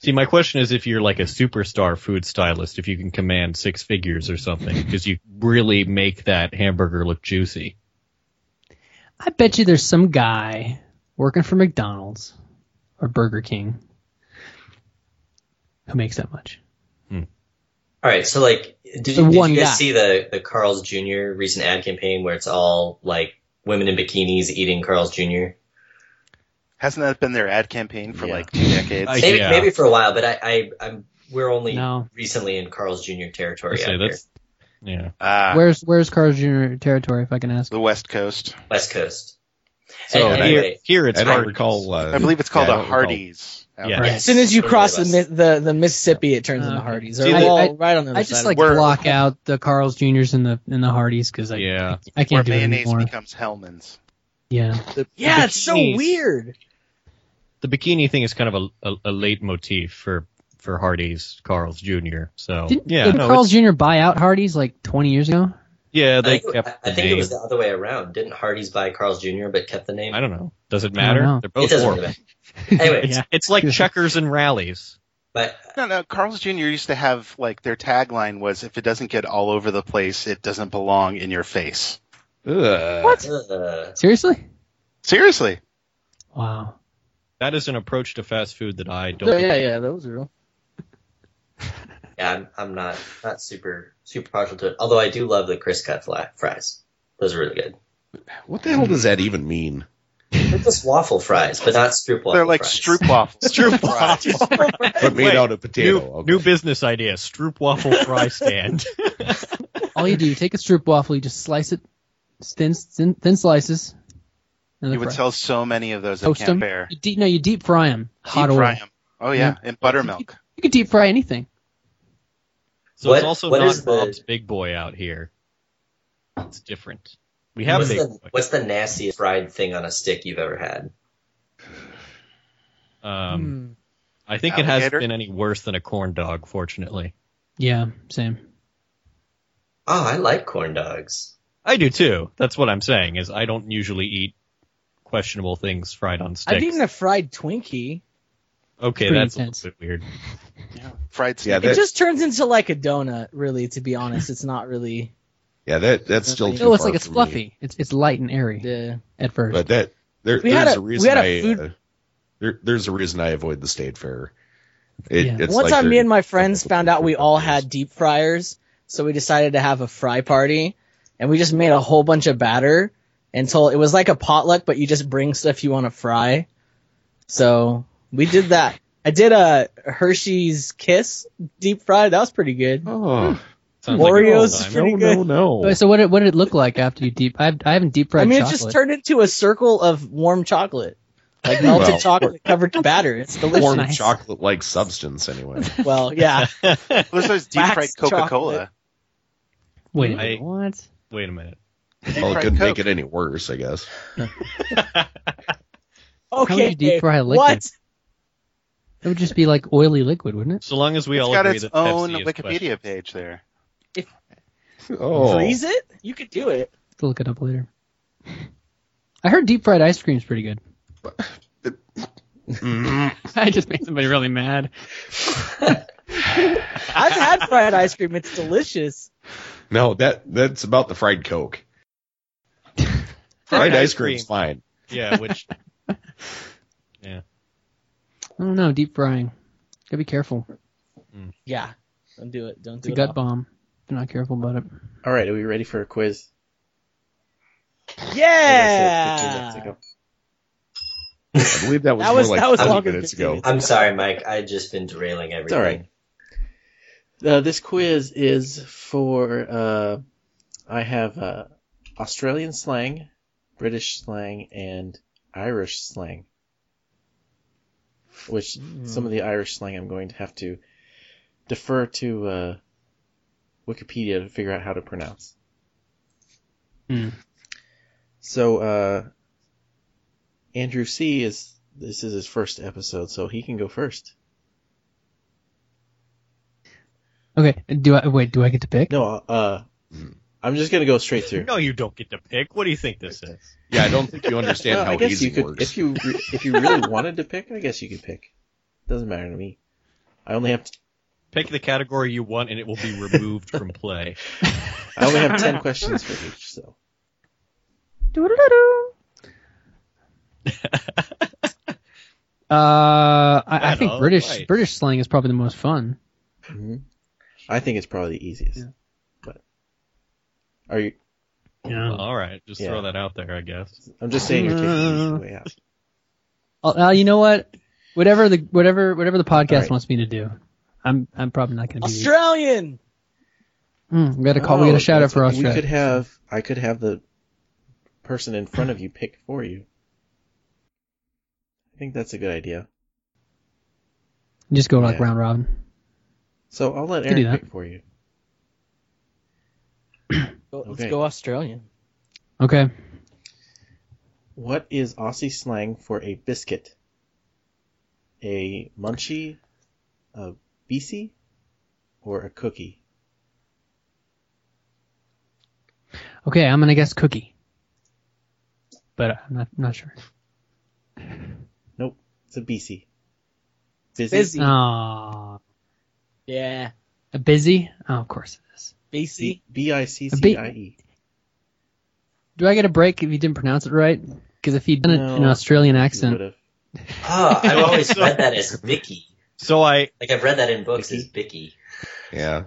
Speaker 6: See, my question is if you're like a superstar food stylist, if you can command six figures or
Speaker 7: [LAUGHS]
Speaker 6: something, because you really make that hamburger look juicy.
Speaker 1: I bet you there's some guy working for McDonald's or Burger King who makes that much.
Speaker 7: All right, so like, did, did
Speaker 1: The
Speaker 7: you
Speaker 1: one
Speaker 7: guys
Speaker 1: guy.
Speaker 7: see the the Carl's Jr. recent ad campaign where it's all like women in bikinis eating Carl's Jr.
Speaker 5: hasn't that been their ad campaign for
Speaker 6: Yeah.
Speaker 5: like two decades?
Speaker 6: I-
Speaker 7: Maybe
Speaker 6: Uh, yeah.
Speaker 7: maybe for a while, but I, I I'm we're only
Speaker 1: No.
Speaker 7: recently in Carl's Jr. territory
Speaker 6: I'd say
Speaker 7: out here,
Speaker 6: that's- Yeah.
Speaker 5: Ah,
Speaker 1: Where's where's Carl's Jr. territory, if I can ask?
Speaker 5: the West Coast.
Speaker 7: West Coast.
Speaker 6: So
Speaker 7: And-
Speaker 6: here,
Speaker 7: anyway,
Speaker 6: here it's
Speaker 2: I don't
Speaker 6: hard.
Speaker 2: recall. Uh,
Speaker 5: I believe it's called
Speaker 2: yeah, I
Speaker 5: a
Speaker 2: don't recall.
Speaker 5: Hardee's. out
Speaker 6: Yeah.
Speaker 5: there.
Speaker 3: As soon as you
Speaker 7: Totally
Speaker 3: cross the, mi-
Speaker 7: less.
Speaker 3: the the Mississippi, it turns into
Speaker 1: Okay.
Speaker 3: Hardee's.
Speaker 1: See,
Speaker 3: or, well,
Speaker 1: I-
Speaker 3: right on the other
Speaker 1: I just
Speaker 3: side
Speaker 1: like
Speaker 3: of
Speaker 5: We're-
Speaker 1: block out the Carl's Juniors and the and the Hardys because I
Speaker 6: Yeah.
Speaker 1: I
Speaker 5: Where
Speaker 1: can't do it
Speaker 5: mayonnaise
Speaker 1: anymore.
Speaker 5: becomes Hellman's.
Speaker 1: Yeah,
Speaker 3: it. yeah, it's so
Speaker 6: bikinis.
Speaker 3: weird.
Speaker 6: The bikini thing is kind of a, a, a late motif for, for Hardy's Carl's Jr. So,
Speaker 1: didn't
Speaker 6: yeah.
Speaker 1: did
Speaker 6: no,
Speaker 1: Carl's
Speaker 6: it's-
Speaker 1: Jr. buy out Hardys like 20 years [LAUGHS] ago?
Speaker 6: yeah,
Speaker 7: I
Speaker 6: they
Speaker 7: think,
Speaker 6: kept
Speaker 7: I
Speaker 6: the
Speaker 7: think it
Speaker 6: name.
Speaker 7: was the other way around. Didn't Hardy's buy Carl's Jr. but kept the name?
Speaker 6: I don't know. Does it
Speaker 1: I don't
Speaker 6: matter?
Speaker 1: know.
Speaker 6: They're
Speaker 7: it
Speaker 6: both
Speaker 7: doesn't
Speaker 6: horrible.
Speaker 7: really matter. Anyway,
Speaker 1: [LAUGHS] Yeah.
Speaker 6: It's like checkers and rallies.
Speaker 7: but
Speaker 5: No, no. Carl's Jr. used to have like their tagline was, "If it doesn't get all over the place, it doesn't belong in your face."
Speaker 2: Ugh.
Speaker 7: uh,
Speaker 1: Seriously?
Speaker 5: Seriously,
Speaker 1: Wow.
Speaker 6: That is an approach to fast food that I don't.
Speaker 3: So, yeah, yeah, that was real.
Speaker 7: yeah, I'm, I'm not not super super partial to it. Although I do love the Chris Cut fla- fries; those are really good.
Speaker 2: What the hell does that even
Speaker 6: [LAUGHS]
Speaker 2: mean?
Speaker 7: They're just waffle fries, but not stroop waffle.
Speaker 5: they're like
Speaker 7: fries.
Speaker 5: stroop waffles.
Speaker 6: Stroop
Speaker 1: [LAUGHS]
Speaker 5: Fries.
Speaker 6: waffle.
Speaker 2: But made
Speaker 6: Wait,
Speaker 2: out of
Speaker 6: New,
Speaker 2: potato. okay.
Speaker 6: new business idea: stroop waffle
Speaker 7: [LAUGHS]
Speaker 6: fry stand.
Speaker 1: All you do, you take a strip waffle, you just slice it, thin thin, thin slices.
Speaker 5: You
Speaker 1: And then
Speaker 5: would
Speaker 1: fry-
Speaker 5: sell so many of those at
Speaker 1: toast
Speaker 5: Camp
Speaker 1: them.
Speaker 5: Bear.
Speaker 1: You deep, no, you deep fry them. Hot
Speaker 5: deep
Speaker 1: oil.
Speaker 5: fry 'em. Oh yeah, and buttermilk.
Speaker 1: You could deep fry anything.
Speaker 6: So
Speaker 7: What-
Speaker 6: it's also
Speaker 7: what
Speaker 6: not
Speaker 7: is the-
Speaker 6: Bob's Big Boy out here. It's different. We have
Speaker 7: What's
Speaker 6: Big
Speaker 7: the,
Speaker 6: Boy.
Speaker 7: what's the nastiest fried thing on a stick you've ever had? Hmm.
Speaker 6: Um,
Speaker 3: Hmm.
Speaker 6: I think it hasn't
Speaker 5: Alligator?
Speaker 6: been any worse than a corn dog, fortunately.
Speaker 1: Yeah, same.
Speaker 7: Oh, I like corn dogs.
Speaker 6: I do too. That's what I'm saying. Is I don't usually eat questionable things fried on sticks.
Speaker 3: I've eaten a fried Twinkie.
Speaker 6: okay,
Speaker 1: Pretty
Speaker 6: that's
Speaker 1: intense.
Speaker 6: a little bit weird.
Speaker 5: Yeah. Fried
Speaker 2: Yeah,
Speaker 5: snickers.
Speaker 3: It
Speaker 2: that,
Speaker 3: just turns into like a donut, really. To be honest, it's not really.
Speaker 2: yeah, that that's still.
Speaker 3: It
Speaker 2: Too
Speaker 1: It looks
Speaker 2: far
Speaker 1: like Oh, it's
Speaker 2: for me.
Speaker 1: fluffy. It's it's light and airy
Speaker 3: The,
Speaker 1: at first.
Speaker 2: But that there,
Speaker 3: We had
Speaker 2: there's
Speaker 3: a-
Speaker 2: a,
Speaker 3: we
Speaker 2: reason
Speaker 3: had a
Speaker 2: I
Speaker 3: food-
Speaker 2: uh, there, there's a reason I avoid the state fair. It,
Speaker 1: Yeah.
Speaker 2: it's
Speaker 3: one
Speaker 2: like
Speaker 3: time,
Speaker 2: they're-
Speaker 3: me and my friends
Speaker 2: they're-
Speaker 3: found out we all had deep fryers, so we decided to have a fry party, and we just made a whole bunch of batter until it was like a potluck, but you just bring stuff you want to fry. So we did that, I did a Hershey's Kiss deep fried. That was pretty good.
Speaker 2: Oh,
Speaker 6: Sounds like a good
Speaker 3: Oreos
Speaker 6: time.
Speaker 3: for-
Speaker 2: no,
Speaker 3: Pretty
Speaker 2: no,
Speaker 3: good.
Speaker 2: no.
Speaker 1: So what did what did it look like after you deep? I've, I haven't deep fried.
Speaker 3: I mean, it
Speaker 1: chocolate.
Speaker 3: just turned into a circle of warm chocolate, like melted
Speaker 2: Well,
Speaker 3: chocolate covered batter. It's delicious.
Speaker 2: Warm
Speaker 1: nice.
Speaker 2: chocolate like substance, anyway.
Speaker 3: Well, yeah.
Speaker 5: This is deep fried
Speaker 3: Wax
Speaker 5: Coca Cola.
Speaker 1: Wait, a
Speaker 6: I-
Speaker 1: minute, what?
Speaker 6: Wait a minute.
Speaker 2: well, it
Speaker 5: fried
Speaker 2: couldn't make
Speaker 5: Coke.
Speaker 2: it any worse, I guess.
Speaker 1: would you
Speaker 3: Okay.
Speaker 1: deep fry a liquid?
Speaker 3: what?
Speaker 1: It would just be like oily liquid, wouldn't it?
Speaker 6: So long as we
Speaker 5: It's
Speaker 6: all
Speaker 5: got
Speaker 6: agree
Speaker 5: its
Speaker 6: that
Speaker 5: own
Speaker 6: Pepsi is questionable.
Speaker 5: Wikipedia page there.
Speaker 2: Oh,
Speaker 3: Freeze it? You could do it.
Speaker 1: We'll look it up later. I heard deep fried ice cream's pretty good. [LAUGHS]
Speaker 2: Mm.
Speaker 1: I just made somebody really mad.
Speaker 3: I've had fried ice cream. It's delicious.
Speaker 2: no, that that's about the fried Coke. Fried ice cream's fine.
Speaker 6: [LAUGHS] Yeah,
Speaker 5: [LAUGHS]
Speaker 6: which
Speaker 1: I don't know, deep frying. Gotta be careful.
Speaker 3: Yeah. Don't do it. Don't
Speaker 1: It's
Speaker 3: do
Speaker 1: a
Speaker 3: it.
Speaker 1: gut
Speaker 3: all.
Speaker 1: bomb. If you're not careful about it.
Speaker 4: All right, are we ready for a quiz? As I said 15 minutes
Speaker 3: Yeah.
Speaker 4: ago.
Speaker 2: I believe that was,
Speaker 3: That was-
Speaker 2: more like
Speaker 3: that was
Speaker 2: 30
Speaker 3: longer than
Speaker 2: minutes
Speaker 3: 15
Speaker 2: ago.
Speaker 3: minutes.
Speaker 7: I'm sorry, Mike. I just been derailing everything.
Speaker 4: all right. Uh, this quiz is for uh, I have uh, Australian slang, British slang, and Irish slang. Which some of the Irish slang I'm going to have to defer to uh, Wikipedia to figure out how to pronounce.
Speaker 1: Hmm.
Speaker 4: So uh, Andrew C is this is his first episode, so he can go first.
Speaker 1: Okay, do I wait? Do I get to pick?
Speaker 4: No, uh, I'm just gonna go straight through.
Speaker 6: no, you don't get to pick. What do you think this is?
Speaker 2: Yeah, I don't think you understand
Speaker 4: Well,
Speaker 2: how
Speaker 4: I guess
Speaker 2: easy
Speaker 4: you could,
Speaker 2: works.
Speaker 4: if you re- if you really [LAUGHS] wanted to pick. I guess you could pick. Doesn't matter to me. I only have t-
Speaker 6: Pick the category you want, and it will be removed from play.
Speaker 4: I only have
Speaker 1: [LAUGHS]
Speaker 4: ten questions for each. So [LAUGHS]
Speaker 1: Uh, I, I
Speaker 6: Right
Speaker 1: think
Speaker 6: on,
Speaker 1: British
Speaker 6: right.
Speaker 1: British slang is probably the most fun.
Speaker 2: Mm-hmm.
Speaker 4: I think it's probably the easiest. But are you?
Speaker 1: Hmm. Yeah.
Speaker 6: All right, just
Speaker 4: Yeah.
Speaker 6: throw that out there, I guess.
Speaker 4: I'm just saying you're taking the easy way out.
Speaker 1: Uh, you know what? Whatever the whatever whatever the podcast
Speaker 4: Alright.
Speaker 1: wants me to do, I'm I'm probably not going to do. it.
Speaker 3: Australian.
Speaker 1: Mm, we got to call. we got
Speaker 4: Oh,
Speaker 1: to shout out
Speaker 4: that's
Speaker 1: for
Speaker 4: okay.
Speaker 1: Australia.
Speaker 4: We could have. I could have the person in front of you pick for you. I think that's a good idea.
Speaker 1: Just go like
Speaker 4: Yeah.
Speaker 1: round robin.
Speaker 4: So I'll let
Speaker 1: Could do
Speaker 4: Aaron
Speaker 1: that.
Speaker 4: pick for you.
Speaker 3: Go- Let's
Speaker 4: Okay.
Speaker 3: go Australian.
Speaker 1: Okay.
Speaker 4: What is Aussie slang for a biscuit? A munchie, a beesie, or a cookie?
Speaker 1: Okay, I'm gonna guess cookie. But I'm not not sure.
Speaker 4: Nope, it's a beesie. Busy.
Speaker 3: Busy.
Speaker 1: Ah,
Speaker 3: yeah.
Speaker 1: a busy. Oh, of course it is.
Speaker 3: [LAUGHS] BC.
Speaker 4: B I C C I E.
Speaker 1: Do I get a break if you didn't pronounce it right? Because if you'd done it in an
Speaker 4: No.
Speaker 1: Australian
Speaker 4: You
Speaker 1: accent,
Speaker 4: would've-
Speaker 7: Oh,
Speaker 5: [LAUGHS]
Speaker 7: I've always read that as Vicky.
Speaker 6: So I
Speaker 7: Like I've read that in books as Vicky.
Speaker 2: yeah.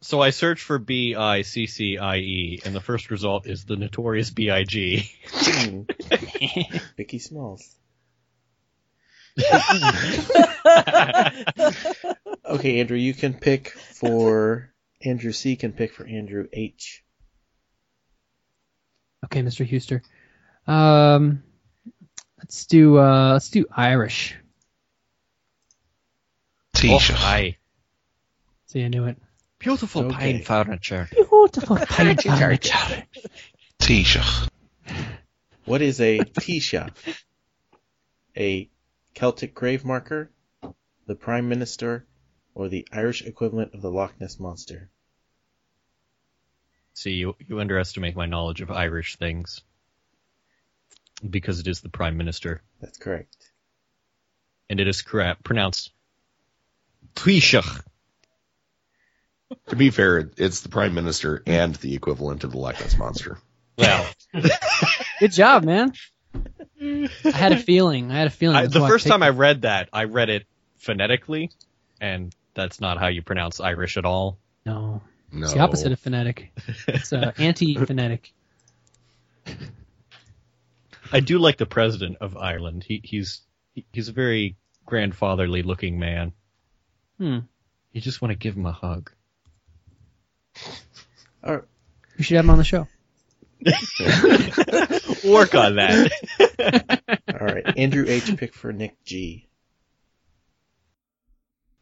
Speaker 6: so I searched for B I C C I E, and the first result is the notorious B I G.
Speaker 4: Hmm. Vicky Smalls.
Speaker 6: Oh,
Speaker 4: okay, Andrew, you can pick for Andrew C. Can pick for Andrew H.
Speaker 1: okay, Mr. Huster. Um, let's do uh, let's do Irish.
Speaker 6: Hi.
Speaker 1: See, I knew it.
Speaker 6: Beautiful
Speaker 4: Okay. pine
Speaker 6: furniture.
Speaker 1: Beautiful pine furniture.
Speaker 4: What is a Taoiseach? A Celtic grave marker, the Prime Minister, or the Irish equivalent of the Loch Ness Monster?
Speaker 6: See, you you underestimate my knowledge of Irish things because it is the prime minister,
Speaker 4: That's correct.
Speaker 6: and it is correct pronounced Taoiseach.
Speaker 2: To be fair, it's the prime minister and the equivalent of the Loch Ness monster.
Speaker 6: Well,
Speaker 1: Good job, man. I had a feeling. I had a feeling.
Speaker 6: I,
Speaker 1: That's
Speaker 6: the
Speaker 1: why
Speaker 6: first
Speaker 1: picked
Speaker 6: time
Speaker 1: it.
Speaker 6: I read that, I read it phonetically, and that's not how you pronounce Irish at all.
Speaker 1: no,
Speaker 2: No.
Speaker 1: it's the opposite of phonetic.
Speaker 6: [LAUGHS]
Speaker 1: It's uh, anti-phonetic.
Speaker 6: I do like the president of Ireland. He he's he- he's a very grandfatherly looking man.
Speaker 1: Hmm.
Speaker 6: You just want to give him a hug. [LAUGHS]
Speaker 4: Or
Speaker 1: We should have him on the show.
Speaker 6: Work on that.
Speaker 4: all right, Andrew H. Pick for Nick G.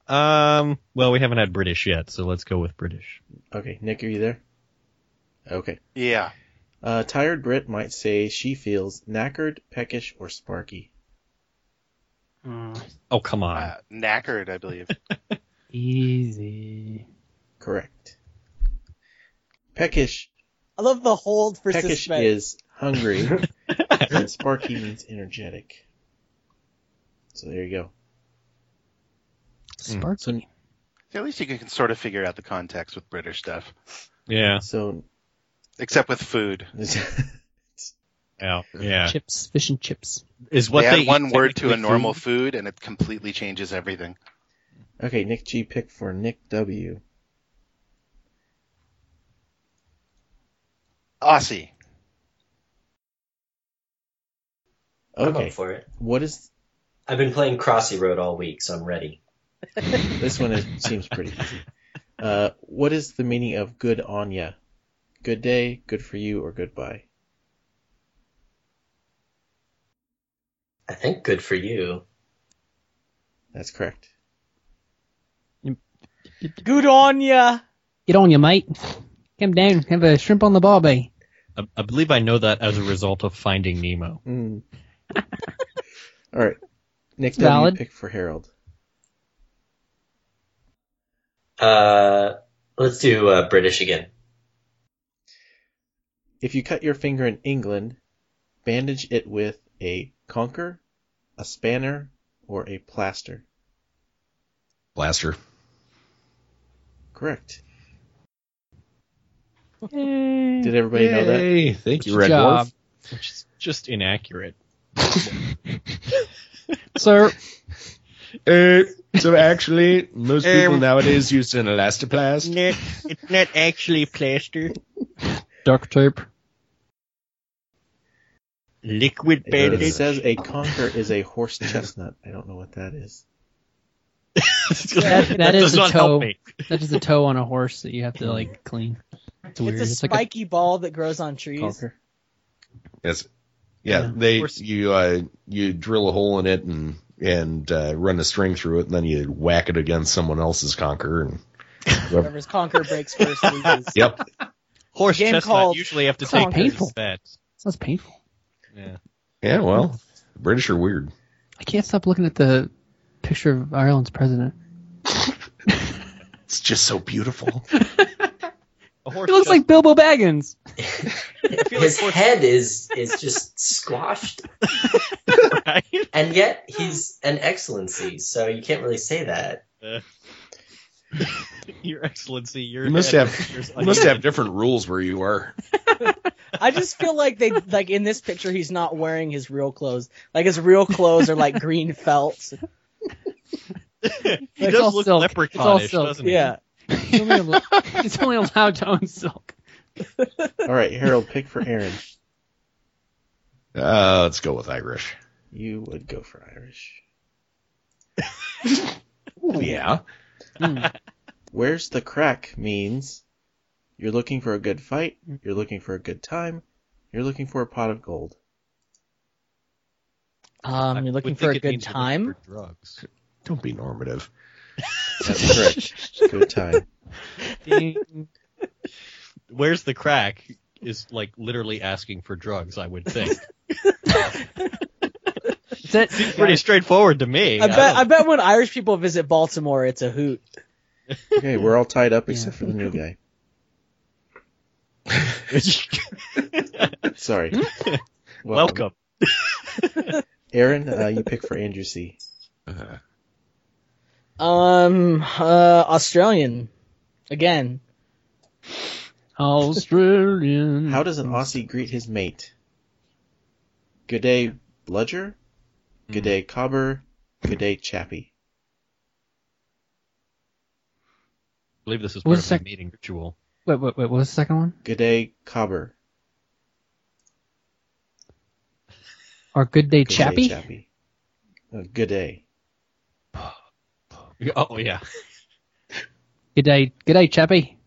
Speaker 6: Um, well, we haven't had British yet, so let's go with British.
Speaker 4: Okay, Nick, are you there? Okay.
Speaker 5: Yeah.
Speaker 4: Uh, tired Brit might say she feels knackered, peckish, or sparky. Mm.
Speaker 6: Oh, come on.
Speaker 5: [LAUGHS] Uh, knackered, I believe. [LAUGHS]
Speaker 1: Easy.
Speaker 4: Correct. Peckish.
Speaker 3: I love the hold for
Speaker 4: Peckish
Speaker 3: suspense.
Speaker 4: is hungry, and sparky means energetic. So there you go.
Speaker 1: Spark.
Speaker 4: So
Speaker 5: At least you can sort of figure out the context with British stuff,
Speaker 6: yeah.
Speaker 4: so
Speaker 5: except with food.
Speaker 4: [LAUGHS]
Speaker 6: Yeah. Yeah.
Speaker 1: Chips. Fish and chips.
Speaker 6: Is what
Speaker 5: they,
Speaker 6: they
Speaker 5: add one
Speaker 6: eat
Speaker 5: word to a
Speaker 6: technically
Speaker 5: normal
Speaker 6: food?
Speaker 5: food, and it completely changes everything.
Speaker 4: okay, Nick G. Pick for Nick W.
Speaker 5: Aussie.
Speaker 7: I'm
Speaker 4: Okay,
Speaker 7: up for it.
Speaker 4: what is
Speaker 7: I've been playing Crossy Road all week, so I'm ready.
Speaker 4: this one? Is, seems pretty easy. Uh, what is the meaning of good on ya? Good day, good for you, or goodbye?
Speaker 7: I think good for you.
Speaker 4: That's correct.
Speaker 3: Good on ya.
Speaker 1: Get on you, mate. Come down. Have a shrimp on the barbie.
Speaker 6: I, I believe I know that as a result of Finding Nemo.
Speaker 4: Mm. [LAUGHS] All right, Nick
Speaker 1: It's
Speaker 4: W.
Speaker 1: valid.
Speaker 4: Pick for Harold.
Speaker 7: Uh, let's do uh, British again.
Speaker 4: If you cut your finger in England, bandage it with a conker, a spanner, or a plaster.
Speaker 2: Blaster.
Speaker 4: Correct. Did everybody know that?
Speaker 2: Yay. Thank you,
Speaker 1: Good
Speaker 2: Red
Speaker 1: job.
Speaker 2: Dwarf.
Speaker 6: Which is just inaccurate.
Speaker 4: [LAUGHS]
Speaker 1: Sir,
Speaker 2: Uh, so actually, most people
Speaker 6: Um,
Speaker 2: nowadays use an elastoplast.
Speaker 6: not, it's not actually plaster.
Speaker 1: duct tape.
Speaker 6: Liquid [LAUGHS]
Speaker 4: It says a conker is a horse chestnut. I don't know what that is.
Speaker 1: That- that is
Speaker 6: does
Speaker 1: a
Speaker 6: not
Speaker 1: toe.
Speaker 6: help me.
Speaker 1: That's just a toe on a horse that you have to like clean. It's weird.
Speaker 3: It's a
Speaker 1: It's, like
Speaker 3: spiky ball that grows on trees.
Speaker 4: Conker.
Speaker 2: Yes. Yeah,
Speaker 1: Yeah,
Speaker 2: they
Speaker 6: horse-
Speaker 2: you uh, you drill a hole in it and and uh, run a string through it, and then you whack it against someone else's conker. And [LAUGHS]
Speaker 3: Whoever's conquer breaks first loses.
Speaker 2: yep,
Speaker 6: Horse
Speaker 3: Game
Speaker 6: chestnut
Speaker 3: called
Speaker 6: usually have to
Speaker 1: Conker.
Speaker 6: take painful.
Speaker 1: Painful. sounds painful.
Speaker 6: Yeah.
Speaker 2: yeah. Well, the British are weird.
Speaker 1: I can't stop looking at the picture of Ireland's president.
Speaker 2: It's just so [LAUGHS] beautiful.
Speaker 6: A horse
Speaker 1: It
Speaker 6: chestnut-
Speaker 1: looks like Bilbo Baggins.
Speaker 3: [LAUGHS]
Speaker 6: feel
Speaker 7: His
Speaker 6: like horse-
Speaker 7: head is is just squashed,
Speaker 6: Right? [LAUGHS]
Speaker 7: and yet he's an excellency, so you can't really say that.
Speaker 6: Your Excellency, your
Speaker 2: You must
Speaker 6: head
Speaker 2: have-
Speaker 6: appears
Speaker 2: You must
Speaker 6: uneven.
Speaker 2: have different rules where you are.
Speaker 3: I just feel like they like in this picture he's not wearing his real clothes. Like his real clothes are like green felt.
Speaker 6: He
Speaker 1: It's all
Speaker 6: does look
Speaker 1: silk. It's all
Speaker 6: leprechaunish,
Speaker 1: silk,
Speaker 6: doesn't he?
Speaker 3: Yeah.
Speaker 1: He's only, al- he's only allowed to own silk.
Speaker 4: All right, Harold, pick for Aaron.
Speaker 2: Uh, let's go with Irish.
Speaker 4: You would go for Irish.
Speaker 2: Yeah.
Speaker 4: Where's the crack means you're looking for a good fight, you're looking for a good time, you're looking for a pot of gold.
Speaker 3: Um,
Speaker 6: I
Speaker 3: you're looking
Speaker 6: would
Speaker 3: for a
Speaker 6: think it
Speaker 3: good
Speaker 6: means you're looking
Speaker 3: time.
Speaker 6: for drugs.
Speaker 2: Don't be normative.
Speaker 4: That's
Speaker 3: [LAUGHS]
Speaker 4: correct. good time.
Speaker 1: Ding.
Speaker 6: Where's the crack? Is like literally asking for drugs, I would think.
Speaker 1: That's it.
Speaker 6: Pretty straightforward to me.
Speaker 3: I bet I bet when Irish people visit Baltimore it's a hoot.
Speaker 4: Okay, we're all tied up
Speaker 1: Yeah.
Speaker 4: except for the new guy.
Speaker 6: don't-
Speaker 4: Sorry.
Speaker 6: [LAUGHS] Welcome.
Speaker 4: Aaron, uh, you pick for Andrew C.
Speaker 2: Uh,
Speaker 3: Um uh Australian. Again.
Speaker 1: Australian.
Speaker 4: How does an Aussie greet his mate? Good day, bludger. Good day, cobber. Good day, chappy.
Speaker 6: I believe this is
Speaker 1: One
Speaker 6: part of the
Speaker 1: sec.
Speaker 6: meeting ritual.
Speaker 1: Wait, wait, wait. What was the second one?
Speaker 4: Good day, cobber.
Speaker 1: Or Good Day
Speaker 4: Good day,
Speaker 1: Chappy?
Speaker 4: chappy. Uh, good day.
Speaker 6: Oh yeah.
Speaker 1: Good day, good day, Chappie.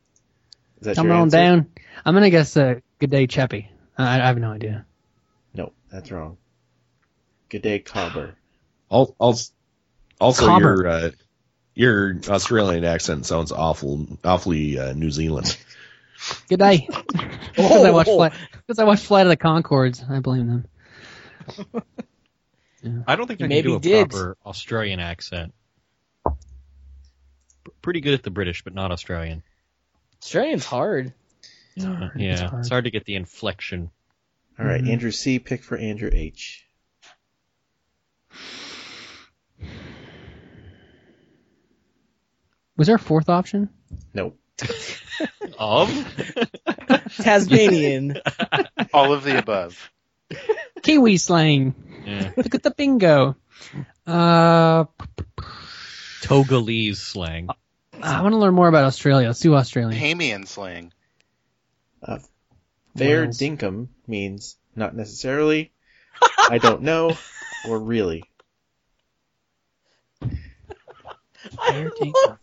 Speaker 4: Is that
Speaker 1: Come
Speaker 4: your
Speaker 1: on
Speaker 4: answer?
Speaker 1: down. I'm gonna guess uh, good day, Chappie. I, I have no idea.
Speaker 4: No, that's wrong. Good day,
Speaker 1: [SIGHS]
Speaker 4: Cobber.
Speaker 2: [LAUGHS] Al- al- Also,
Speaker 1: Cobber.
Speaker 2: your uh, your Australian accent sounds awful, awfully uh, New Zealand.
Speaker 1: Good day.
Speaker 6: [LAUGHS]
Speaker 1: Because I
Speaker 6: Oh.
Speaker 1: watched Flight. Because I watched Flight of the Concords. I blame them.
Speaker 6: I don't think
Speaker 3: You
Speaker 6: I can
Speaker 3: maybe
Speaker 6: do a
Speaker 3: did.
Speaker 6: proper Australian accent. P- pretty good at the British, but not Australian.
Speaker 3: Australian's hard.
Speaker 6: yeah,
Speaker 1: It's hard.
Speaker 6: it's hard to get the inflection.
Speaker 4: All right,
Speaker 1: Mhm.
Speaker 4: Andrew C. Pick for Andrew H.
Speaker 1: Was there a fourth option?
Speaker 4: No,
Speaker 6: Of
Speaker 3: Tasmanian.
Speaker 5: All of
Speaker 6: [LAUGHS]
Speaker 5: the above.
Speaker 1: Kiwi slang.
Speaker 6: yeah.
Speaker 1: Look at the bingo. Uh,
Speaker 6: Togolese slang.
Speaker 1: I want to learn more about Australia. Let's do Australia.
Speaker 5: Hamian slang.
Speaker 4: fair
Speaker 1: Wales.
Speaker 4: dinkum means not necessarily, I
Speaker 1: [LAUGHS]
Speaker 4: don't know, or really.
Speaker 1: Fair dinkum.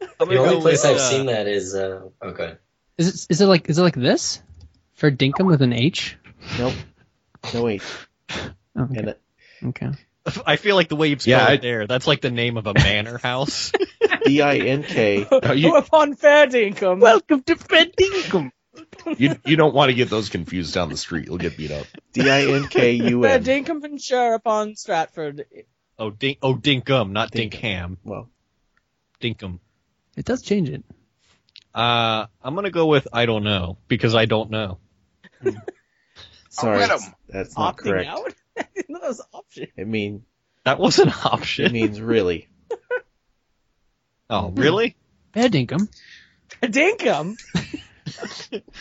Speaker 7: The only place I've seen that is uh, oh god,
Speaker 1: Is it is it like is it like this? For dinkum with an H.
Speaker 4: Nope. No wait.
Speaker 1: Oh, okay. [LAUGHS]
Speaker 4: And it,
Speaker 1: okay.
Speaker 6: [LAUGHS] I feel like the way you've
Speaker 2: Yeah,
Speaker 6: spelled
Speaker 2: I-
Speaker 6: it there, that's like the name of a manor house.
Speaker 4: D I N K.
Speaker 2: No, you-
Speaker 3: Upon fair dinkum.
Speaker 1: Welcome to fair dinkum.
Speaker 2: You you don't want to get those confused down the street. You'll get beat up.
Speaker 4: D I N K U
Speaker 3: fair
Speaker 4: M.
Speaker 3: dinkum and share upon Stratford.
Speaker 6: oh, dink, oh, dinkum, not dinkham,
Speaker 4: Well,
Speaker 6: dinkum.
Speaker 1: It does change it.
Speaker 6: Uh, I'm gonna go with I don't know because I don't know.
Speaker 4: sorry.
Speaker 5: read 'em.
Speaker 4: That's not
Speaker 3: Opting
Speaker 4: correct.
Speaker 3: out? [LAUGHS] I didn't know that was an option.
Speaker 4: It mean
Speaker 6: That was an [LAUGHS]
Speaker 4: it
Speaker 3: [LAUGHS]
Speaker 6: option.
Speaker 4: means really.
Speaker 6: oh, really?
Speaker 1: Fair dinkum.
Speaker 3: Dinkum.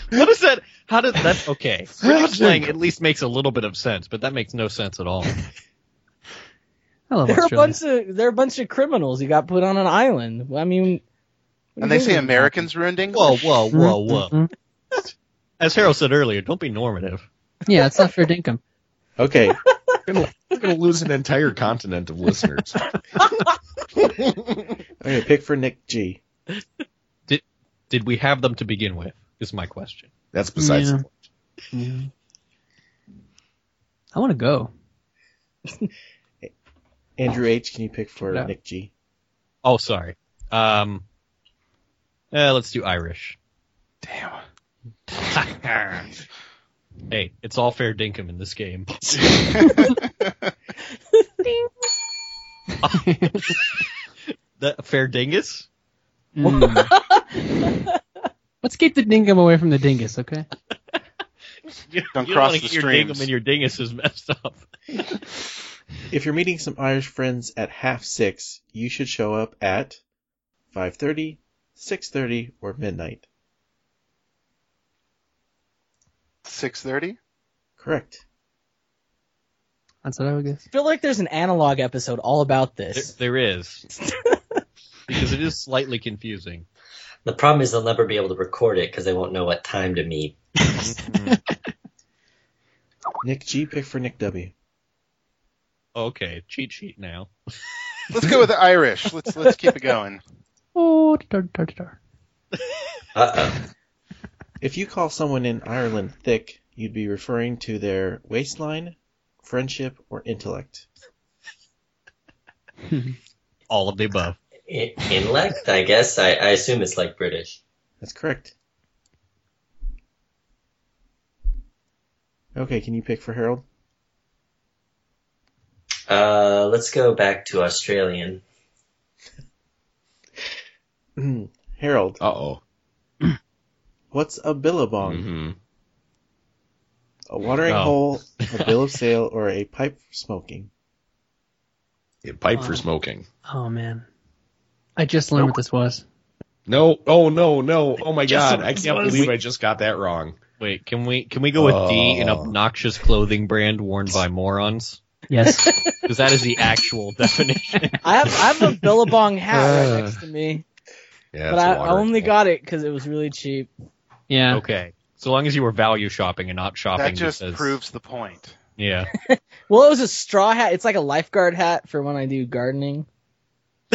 Speaker 6: What is that? How did that? Okay, British slang at least makes a little bit of sense, but that makes no sense at all.
Speaker 1: I love
Speaker 3: They're a
Speaker 1: Australia.
Speaker 3: bunch of they're a bunch of criminals. You got put on an island. I mean, what do
Speaker 5: And
Speaker 3: you
Speaker 5: they say
Speaker 3: think?
Speaker 5: Americans ruined English.
Speaker 6: Whoa, whoa, whoa, whoa!
Speaker 1: Mm-mm-mm.
Speaker 6: As Harold said earlier, don't be normative.
Speaker 1: mm. Yeah, it's not fair dinkum.
Speaker 4: Okay.
Speaker 2: You're gonna lose an entire continent of listeners.
Speaker 4: Okay, pick for Nick G.
Speaker 6: Did we have them to begin with? Is my question.
Speaker 2: That's besides.
Speaker 1: Yeah.
Speaker 2: the point.
Speaker 1: I want to go.
Speaker 4: Andrew H, can you pick for
Speaker 1: No.
Speaker 4: Nick G?
Speaker 6: Oh, sorry. Um, eh, let's do Irish.
Speaker 5: Damn.
Speaker 6: [LAUGHS] Hey, it's all fair dinkum in this game. [LAUGHS] The fair dingus?
Speaker 1: Mm. [LAUGHS] Let's keep the dinkum away from the dingus, okay?
Speaker 6: You
Speaker 5: Don't
Speaker 6: you
Speaker 5: cross
Speaker 6: wanna
Speaker 5: the
Speaker 6: get your
Speaker 5: streams.
Speaker 6: dinkum and your dingus is messed up.
Speaker 4: If you're meeting some Irish friends at half six, you should show up at 5.30, 6.30, or midnight.
Speaker 5: Six thirty.
Speaker 4: Correct.
Speaker 1: That's what I would guess.
Speaker 3: I feel like there's an analog episode all about
Speaker 6: There,
Speaker 3: this.
Speaker 6: there is. because it is slightly confusing.
Speaker 7: the problem is they'll never be able to record it because they won't know what time to meet.
Speaker 4: Nick G, pick for Nick W.
Speaker 6: Okay, cheat sheet now.
Speaker 5: Let's go with the Irish. Let's let's keep
Speaker 6: [LAUGHS]
Speaker 5: it going.
Speaker 1: Oh, da, da, da, da.
Speaker 7: Uh oh.
Speaker 4: If you call someone in Ireland thick, you'd be referring to their waistline, friendship, or intellect.
Speaker 6: All of the above.
Speaker 7: In- Inlect, I guess. I, I assume it's like British.
Speaker 4: That's correct. Okay, can you pick for Harold?
Speaker 7: Uh, let's go back to Australian.
Speaker 4: Harold,
Speaker 2: Uh oh.
Speaker 4: what's a billabong?
Speaker 2: hmm
Speaker 6: Mm-hmm.
Speaker 4: A watering
Speaker 6: Oh.
Speaker 4: hole, a bill of sale, or a pipe for smoking?
Speaker 2: pipe
Speaker 3: Uh-huh.
Speaker 2: for smoking.
Speaker 1: Oh man, I just learned what this was.
Speaker 2: No. Oh no. No. Oh my
Speaker 6: Just
Speaker 2: god. I can't believe I just got that wrong.
Speaker 6: Wait, can we can we go with D, an
Speaker 2: Oh.
Speaker 6: obnoxious clothing brand worn by morons?
Speaker 1: Yes,
Speaker 6: [LAUGHS] Because that is the
Speaker 3: [LAUGHS]
Speaker 6: actual definition.
Speaker 3: I have I
Speaker 5: [LAUGHS]
Speaker 3: have a Billabong hat
Speaker 2: Uh,
Speaker 3: right next to me,
Speaker 2: Yeah.
Speaker 3: but
Speaker 2: it's
Speaker 3: I,
Speaker 2: water.
Speaker 3: I only got it because it was really cheap.
Speaker 1: yeah.
Speaker 6: Okay. So long as you were value shopping and not shopping
Speaker 5: That just
Speaker 6: because
Speaker 5: proves the point.
Speaker 6: Yeah.
Speaker 3: Well, it was a straw hat. It's like a lifeguard hat for when I do gardening. [LAUGHS]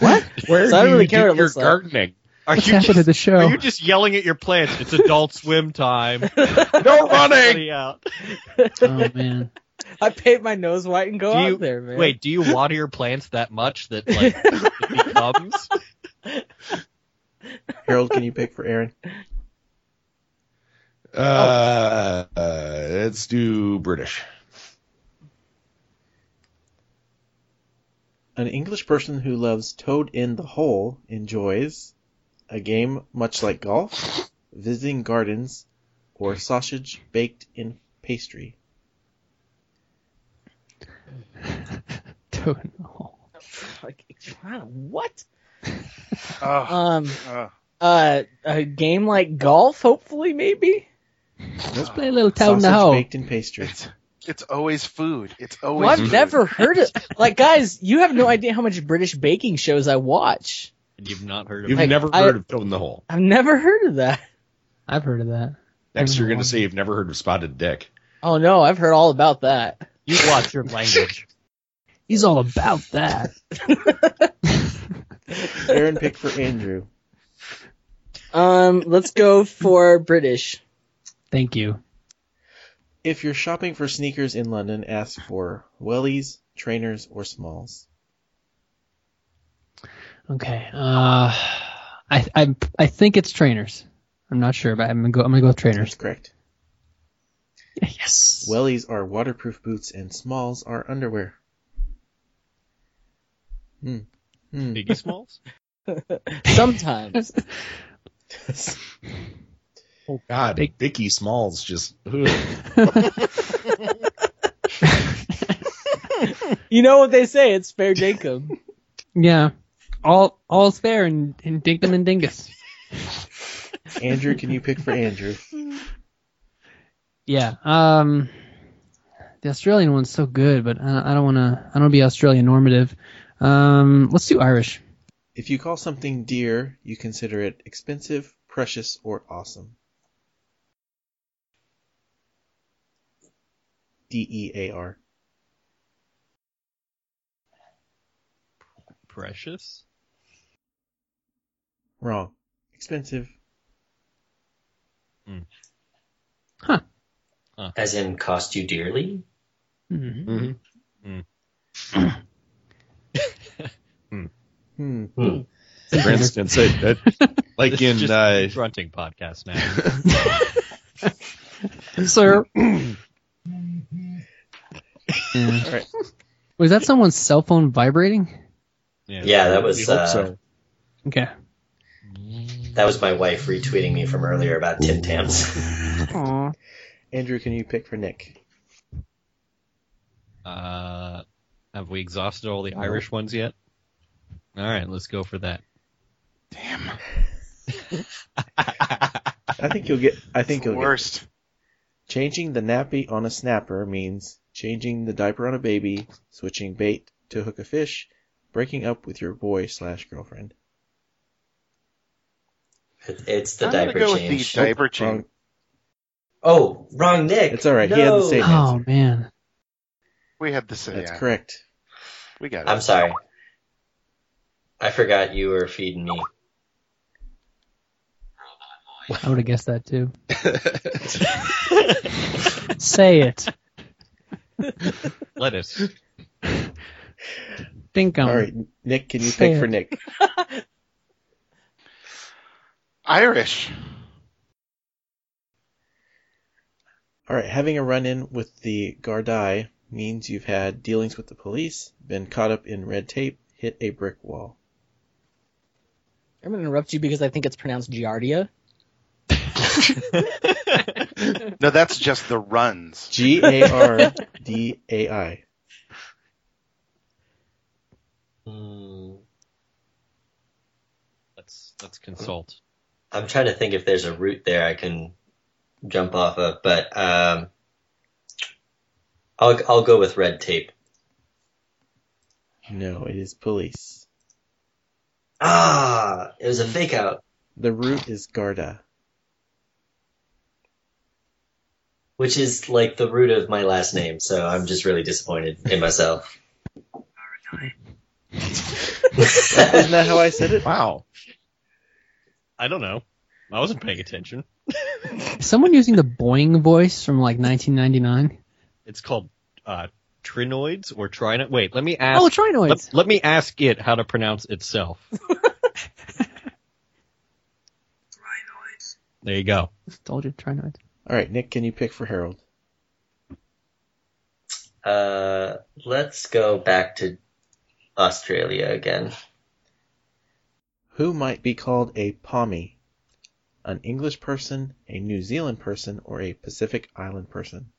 Speaker 3: what?
Speaker 2: Where
Speaker 3: [LAUGHS] So I
Speaker 2: do
Speaker 3: don't really
Speaker 2: you
Speaker 3: care
Speaker 2: do
Speaker 3: what it
Speaker 2: your
Speaker 3: looks like.
Speaker 2: gardening?
Speaker 3: [LAUGHS]
Speaker 6: Are
Speaker 1: What's
Speaker 6: you
Speaker 1: happened to
Speaker 6: just,
Speaker 1: the
Speaker 6: [LAUGHS]
Speaker 1: show?
Speaker 6: are you just yelling at your plants? It's adult swim
Speaker 5: [LAUGHS]
Speaker 6: time.
Speaker 3: [LAUGHS]
Speaker 2: No running.
Speaker 6: Somebody out.
Speaker 1: oh
Speaker 6: [LAUGHS]
Speaker 1: man.
Speaker 3: I paint my nose white and go
Speaker 6: Do you-
Speaker 3: out there, man.
Speaker 6: Wait, do you water your plants that much that
Speaker 3: [LAUGHS]
Speaker 6: like [LAUGHS] it becomes?
Speaker 4: Harold, can you pick for Aaron?
Speaker 2: Uh, uh, let's do British.
Speaker 4: An English person who loves Toad in the Hole enjoys a game much like golf, visiting gardens, or sausage baked in pastry.
Speaker 1: Don't know.
Speaker 3: Like, [LAUGHS] what?
Speaker 5: Oh,
Speaker 3: Um,
Speaker 5: oh.
Speaker 3: uh, a game like golf, hopefully, maybe.
Speaker 1: Let's play a little town
Speaker 4: sausage
Speaker 1: now.
Speaker 4: baked in pastry.
Speaker 5: It's it's always food. It's always.
Speaker 3: Well, I've
Speaker 5: food.
Speaker 3: never heard it. Like, guys, you have no idea how much British baking shows I watch.
Speaker 6: You've not heard of
Speaker 2: You've
Speaker 3: Like,
Speaker 2: never
Speaker 3: I-
Speaker 2: heard of Toad in the Hole.
Speaker 3: I've never heard of that.
Speaker 1: I've heard of that.
Speaker 2: Next, you're going
Speaker 1: no.
Speaker 2: to say you've never heard of Spotted Dick.
Speaker 3: Oh no, I've heard all about that. [LAUGHS]
Speaker 6: You watch your language.
Speaker 1: He's all about that.
Speaker 4: Aaron, pick for Andrew.
Speaker 3: Um, let's go for British.
Speaker 1: Thank you.
Speaker 4: If you're shopping for sneakers in London, ask for wellies, trainers, or smalls.
Speaker 1: Okay. Uh, I I I think it's trainers. I'm not sure, but I'm gonna go. I'm gonna go with
Speaker 4: That's
Speaker 1: trainers.
Speaker 4: correct.
Speaker 1: Yes.
Speaker 4: Wellies are waterproof boots, and smalls are underwear. [LAUGHS] Hmm. Hmm.
Speaker 6: Biggie Smalls?
Speaker 3: Sometimes.
Speaker 2: Oh God,
Speaker 1: Big-
Speaker 2: Vicky Smalls
Speaker 3: [LAUGHS]
Speaker 2: just.
Speaker 3: You know what they say, it's fair dinkum.
Speaker 1: yeah. All all's fair in in Dinkum and Dingus.
Speaker 4: Andrew, can you pick for Andrew?
Speaker 1: Yeah. Um, the Australian one's so good, but I, I don't want to. I don't want to be Australian normative. Um, let's do Irish.
Speaker 4: If you call something dear, you consider it expensive, precious, or awesome. D E A R.
Speaker 6: Precious?
Speaker 4: Wrong. Expensive.
Speaker 7: As in, cost you dearly?
Speaker 1: Hmm.
Speaker 2: Mhm.
Speaker 4: Hmm.
Speaker 2: For
Speaker 1: [LAUGHS]
Speaker 2: instance, it, it- like
Speaker 6: This is
Speaker 2: in
Speaker 6: just
Speaker 2: uh,
Speaker 6: a grunting podcast now.
Speaker 1: Sir. yeah.
Speaker 4: All right.
Speaker 1: Was that someone's cell phone vibrating?
Speaker 7: Yeah,
Speaker 2: [LAUGHS]
Speaker 7: that
Speaker 2: we
Speaker 7: was
Speaker 2: hope
Speaker 7: uh,
Speaker 2: so.
Speaker 1: Okay.
Speaker 7: that was my wife retweeting me from earlier about Tim Tams.
Speaker 1: Aww.
Speaker 4: Andrew, can you pick for Nick?
Speaker 6: Uh, have we exhausted all the Irish ones yet? All right, let's go for that.
Speaker 5: Damn.
Speaker 4: I think you'll get. I think you'll get.
Speaker 5: Worst.
Speaker 4: Changing the nappy on a snapper means changing the diaper on a baby, switching bait to hook a fish, breaking up with your boy slash girlfriend.
Speaker 7: It- It's the
Speaker 5: I'm gonna
Speaker 7: diaper
Speaker 5: go with
Speaker 7: change.
Speaker 5: the diaper change.
Speaker 4: Wrong.
Speaker 7: Oh, wrong Nick.
Speaker 4: It's all right, he had the
Speaker 7: No.
Speaker 4: same-
Speaker 1: Oh man.
Speaker 5: We had the same.
Speaker 4: That's
Speaker 5: yeah,
Speaker 4: correct.
Speaker 5: We got it.
Speaker 7: I'm sorry. I forgot you were feeding me.
Speaker 1: I would have guessed that too.
Speaker 6: [LAUGHS]
Speaker 1: Say it.
Speaker 6: [LAUGHS] Lettuce.
Speaker 1: Dinkum.
Speaker 4: All right, Nick, can you
Speaker 1: Say
Speaker 4: pick for
Speaker 1: it.
Speaker 4: Nick?
Speaker 5: Irish.
Speaker 4: All right, having a run-in with the Gardai means you've had dealings with the police, been caught up in red tape, hit a brick wall.
Speaker 3: I'm gonna interrupt you because I think it's pronounced Giardia.
Speaker 5: No, that's just the runs.
Speaker 4: G A R D A I.
Speaker 7: Hmm.
Speaker 6: Let's let's consult.
Speaker 7: I'm trying to think if there's a route there I can jump off of, but um, I'll I'll go with red tape.
Speaker 4: No, it is police.
Speaker 7: Ah, it was a fake out.
Speaker 4: The root is Garda.
Speaker 7: which is like the root of my last name. So I'm just really disappointed in myself. [LAUGHS]
Speaker 4: Isn't that how I said it?
Speaker 2: Wow.
Speaker 6: I don't know. I wasn't paying attention.
Speaker 1: Is someone using the boing voice from like 1999?
Speaker 6: It's called uh, trinoids or trinoid. Wait, let me ask.
Speaker 1: Oh, trinoids.
Speaker 6: let, let me ask it how to pronounce
Speaker 1: [LAUGHS]
Speaker 6: itself. there you go.
Speaker 1: Told you, trinoids.
Speaker 4: All right, Nick, can you pick for Harold?
Speaker 7: Uh, let's go back to Australia again.
Speaker 4: Who might be called a Pommy? An English person, a New Zealand person, or a Pacific Island person?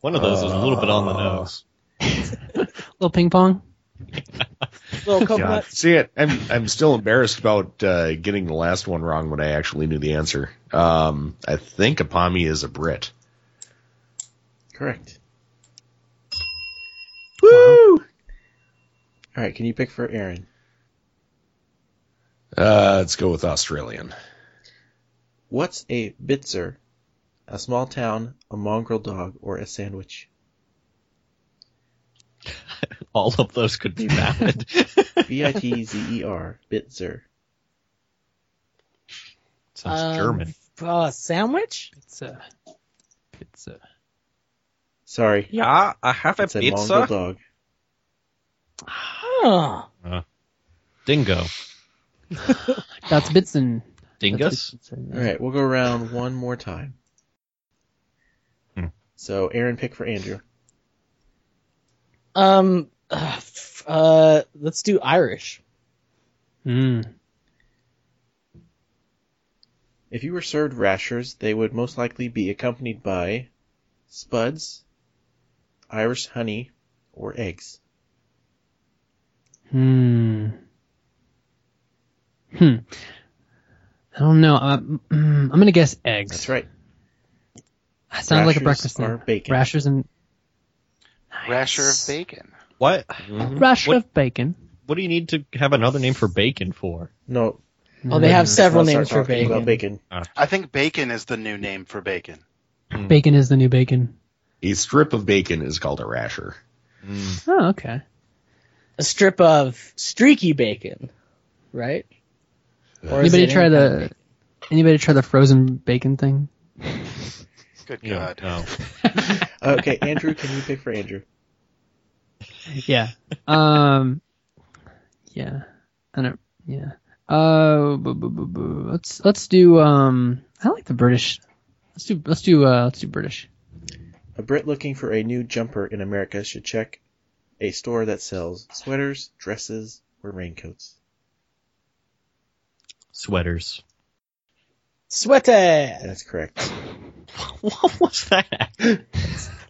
Speaker 6: One of those is a little bit on the nose.
Speaker 1: Little ping pong.
Speaker 3: Little
Speaker 2: God.
Speaker 3: coconut.
Speaker 2: See it. I'm I'm still embarrassed about uh, getting the last one wrong when I actually knew the answer. Um, I think Apami is a Brit.
Speaker 4: Correct.
Speaker 2: Woo!
Speaker 4: All right, can you pick for Aaron?
Speaker 2: Uh, let's go with Australian.
Speaker 4: What's a bitzer? A small town, a mongrel dog, or a sandwich?
Speaker 6: All of those could be
Speaker 1: [LAUGHS]
Speaker 6: valid.
Speaker 4: B I T Z E R, bitzer.
Speaker 6: Sounds
Speaker 3: Um,
Speaker 6: German.
Speaker 3: Uh, sandwich?
Speaker 1: It's a. It's a.
Speaker 4: Sorry,
Speaker 6: Yeah, I have
Speaker 4: it's a mongrel dog.
Speaker 3: Huh.
Speaker 6: Dingo.
Speaker 1: That's Bitson.
Speaker 6: Dingus?
Speaker 4: All right, we'll go around one more time.
Speaker 6: Hmm.
Speaker 4: So, Aaron, pick for Andrew.
Speaker 3: Um, uh, f- uh, let's do Irish.
Speaker 1: Mm.
Speaker 4: If you were served rashers, they would most likely be accompanied by spuds, Irish honey, or eggs.
Speaker 1: Hmm. Hmm. I don't know. I'm, I'm gonna guess eggs.
Speaker 4: That's right.
Speaker 1: That sounds like a
Speaker 4: Rashers
Speaker 1: breakfast
Speaker 4: are
Speaker 1: thing.
Speaker 4: bacon.
Speaker 1: Rashers and
Speaker 5: Rasher of bacon.
Speaker 6: What?
Speaker 3: Hmm.
Speaker 1: rasher
Speaker 6: What-
Speaker 1: of bacon.
Speaker 6: What do you need to have another name for bacon for?
Speaker 4: No, Mm-hmm.
Speaker 3: Oh, they have
Speaker 1: Mm.
Speaker 3: several
Speaker 4: let's
Speaker 3: names for
Speaker 4: start talking
Speaker 3: bacon.
Speaker 4: about bacon.
Speaker 5: I think bacon is the new name for bacon.
Speaker 1: Bacon is the new bacon.
Speaker 2: A strip of bacon is called a rasher.
Speaker 1: Oh, okay.
Speaker 3: A strip of streaky bacon, right? Or is
Speaker 1: Anybody
Speaker 3: it
Speaker 1: try
Speaker 3: any kind of
Speaker 1: the? Anybody try the frozen bacon thing?
Speaker 5: Good
Speaker 6: No,
Speaker 5: God.
Speaker 6: no.
Speaker 4: Okay, Andrew, can you pick for Andrew?
Speaker 1: Yeah. Um. [LAUGHS] yeah. I don't. Yeah. Uh. bu- bu- bu- bu- Let's let's do. Um. I like the British. Let's do. Let's do. Uh. Let's do British.
Speaker 4: A Brit looking for a new jumper in America should check a store that sells sweaters, dresses, or raincoats.
Speaker 1: [LAUGHS]
Speaker 6: Sweaters.
Speaker 3: Sweater.
Speaker 4: That's correct.
Speaker 6: what was that?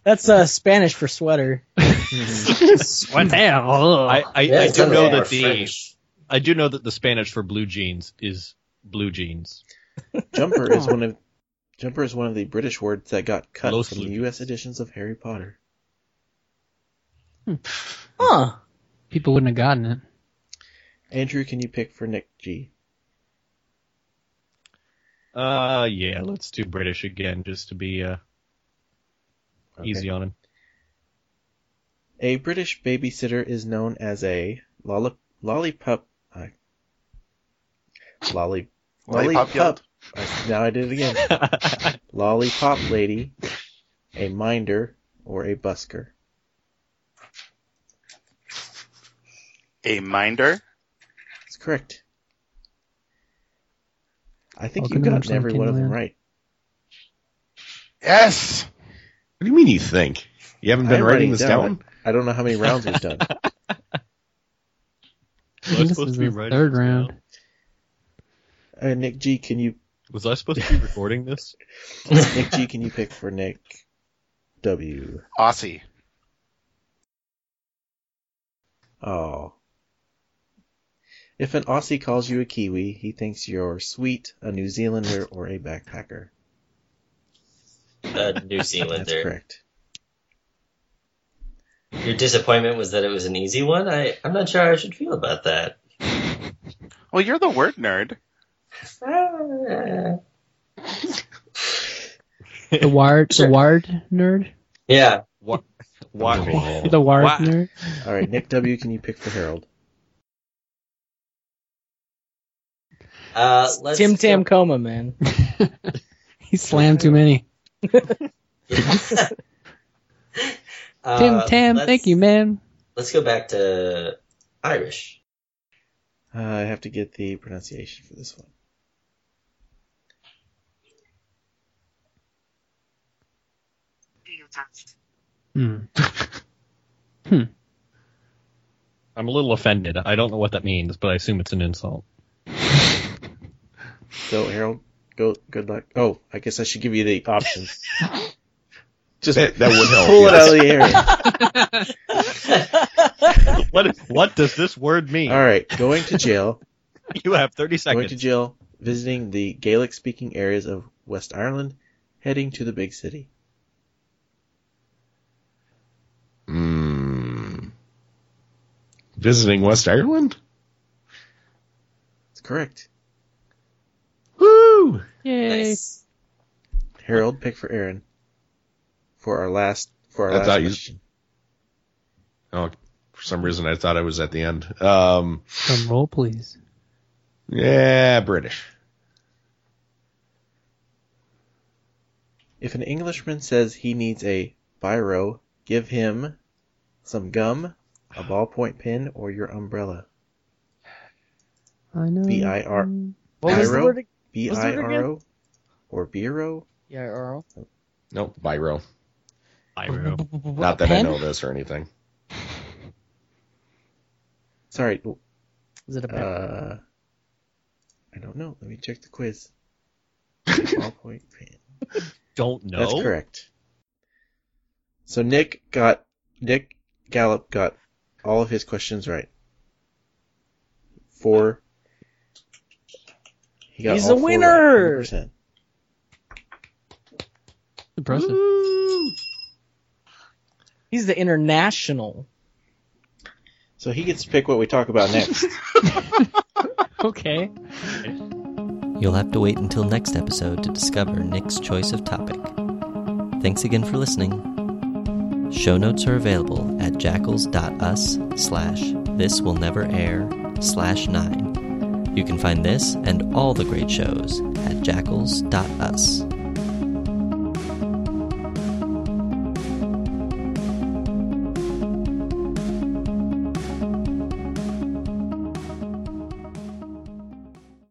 Speaker 3: That's uh, Spanish for sweater.
Speaker 1: Damn. ugh.
Speaker 6: I, I,
Speaker 7: Yeah,
Speaker 6: I
Speaker 7: it
Speaker 6: do
Speaker 7: sounds
Speaker 6: know
Speaker 7: like
Speaker 6: that
Speaker 7: our
Speaker 6: the
Speaker 7: French.
Speaker 6: I do know that the Spanish for blue jeans is blue jeans.
Speaker 4: Jumper is one of jumper is one of the British words that got cut
Speaker 6: Los
Speaker 4: from the U.S. editions of Harry Potter.
Speaker 3: Huh.
Speaker 1: People wouldn't have gotten it.
Speaker 4: Andrew, can you pick for Nick G?
Speaker 6: Uh yeah, let's do British again just to be uh
Speaker 4: Okay.
Speaker 6: easy
Speaker 1: [LAUGHS]
Speaker 6: on him.
Speaker 4: A British babysitter is known as a lolli- lollipop. uh, I lolly,
Speaker 5: Lollipop
Speaker 4: lollipop.
Speaker 5: yelled.
Speaker 4: I, now I did it again. lollipop lady, a minder, or a busker.
Speaker 5: A minder.
Speaker 4: That's correct. I think
Speaker 1: Welcome
Speaker 4: you've
Speaker 1: to
Speaker 4: gotten
Speaker 1: Mushroom
Speaker 4: every one of them
Speaker 1: Kingland.
Speaker 4: right.
Speaker 5: Yes.
Speaker 2: What do you mean you think? You haven't
Speaker 4: I
Speaker 2: been
Speaker 4: am
Speaker 2: writing this down?
Speaker 4: I don't know how many rounds we've done.
Speaker 6: Was I
Speaker 1: This
Speaker 6: supposed
Speaker 1: is
Speaker 6: to be
Speaker 1: the
Speaker 6: writing
Speaker 1: third
Speaker 6: this
Speaker 1: round.
Speaker 6: down?
Speaker 4: Uh, Nick G, can you
Speaker 6: Was I supposed to be recording
Speaker 1: [LAUGHS]
Speaker 6: this?
Speaker 4: Nick G, can you pick for Nick W?
Speaker 5: Aussie.
Speaker 4: Oh. If an Aussie calls you a Kiwi, he thinks you're sweet, a New Zealander, or a backpacker.
Speaker 7: A New
Speaker 4: That's
Speaker 7: Zealander.
Speaker 4: correct.
Speaker 7: Your disappointment was that it was an easy one. I I'm not sure how I should feel about that.
Speaker 5: Well, you're the word nerd.
Speaker 7: Ah. [LAUGHS]
Speaker 1: The wired, the wired nerd,
Speaker 7: Yeah.
Speaker 6: What?
Speaker 1: the wired
Speaker 6: Why-
Speaker 7: [LAUGHS]
Speaker 1: nerd.
Speaker 4: All right, Nick W, can you pick for Harold?
Speaker 3: [LAUGHS]
Speaker 7: Uh, let's
Speaker 3: Tim
Speaker 7: go- [LAUGHS]
Speaker 3: Tam Coma, man.
Speaker 1: He slammed too many.
Speaker 7: Uh,
Speaker 1: Tim Tam,
Speaker 7: let's-
Speaker 1: thank you, man.
Speaker 7: Let's go back to Irish.
Speaker 4: Uh, I have to get the pronunciation for this one.
Speaker 1: Hmm.
Speaker 6: I'm a little offended. I don't know what that means, but I assume it's an
Speaker 1: [LAUGHS]
Speaker 6: insult.
Speaker 4: So Harold, go. Good luck. Oh, I guess I should give you the options. [LAUGHS] Just
Speaker 2: That- that would help,
Speaker 4: Pull it
Speaker 2: Oh, yes.
Speaker 4: out of the air.
Speaker 6: What what does this
Speaker 2: [LAUGHS]
Speaker 6: word mean?
Speaker 4: All right, going to jail.
Speaker 6: You have 30
Speaker 4: Going to
Speaker 6: seconds.
Speaker 4: jail. Visiting the Gaelic-speaking areas of West Ireland. Heading to the big city.
Speaker 2: Mm. Visiting West Ireland?
Speaker 4: That's correct.
Speaker 2: Woo!
Speaker 1: Yay!
Speaker 7: Nice.
Speaker 4: Harold, pick for Aaron. For our last. For our
Speaker 2: I
Speaker 4: last
Speaker 2: thought you-
Speaker 4: question.
Speaker 2: Oh, for some reason I thought I was at the end. Um,
Speaker 1: Drum roll, please.
Speaker 2: yeah, British.
Speaker 4: If an Englishman says he needs a biro, give him some gum, a ballpoint pen, or your umbrella.
Speaker 1: I know.
Speaker 4: B
Speaker 7: uh,
Speaker 4: I R
Speaker 3: What was the
Speaker 4: Pyro?
Speaker 3: word? ag-
Speaker 4: B
Speaker 3: Mm. What's the
Speaker 4: I
Speaker 3: word
Speaker 4: R O or Biro.
Speaker 3: Yeah, Earl.
Speaker 2: Nope, Biro.
Speaker 6: Pyro.
Speaker 2: Not that
Speaker 3: pen?
Speaker 2: I know this or anything.
Speaker 4: Sorry,
Speaker 3: Is it a pen?
Speaker 4: uh, I don't know. Let me check
Speaker 3: [LAUGHS]
Speaker 4: the quiz. Ballpoint pen.
Speaker 6: Don't know.
Speaker 4: That's correct. So Nick got Nick Gallup got all of his questions right. Four. He
Speaker 3: He's
Speaker 4: all
Speaker 3: a
Speaker 4: four
Speaker 3: winner!
Speaker 4: right, 100%.
Speaker 1: Impressive.
Speaker 3: He's the international.
Speaker 4: So he gets to pick what we talk about
Speaker 3: [LAUGHS]
Speaker 4: next.
Speaker 1: Okay.
Speaker 8: You'll have to wait until next episode to discover Nick's choice of topic. Thanks again for listening. Show notes are available at jackals.us slash this will never air slash nine. You can find this and all the great shows at jackals.us.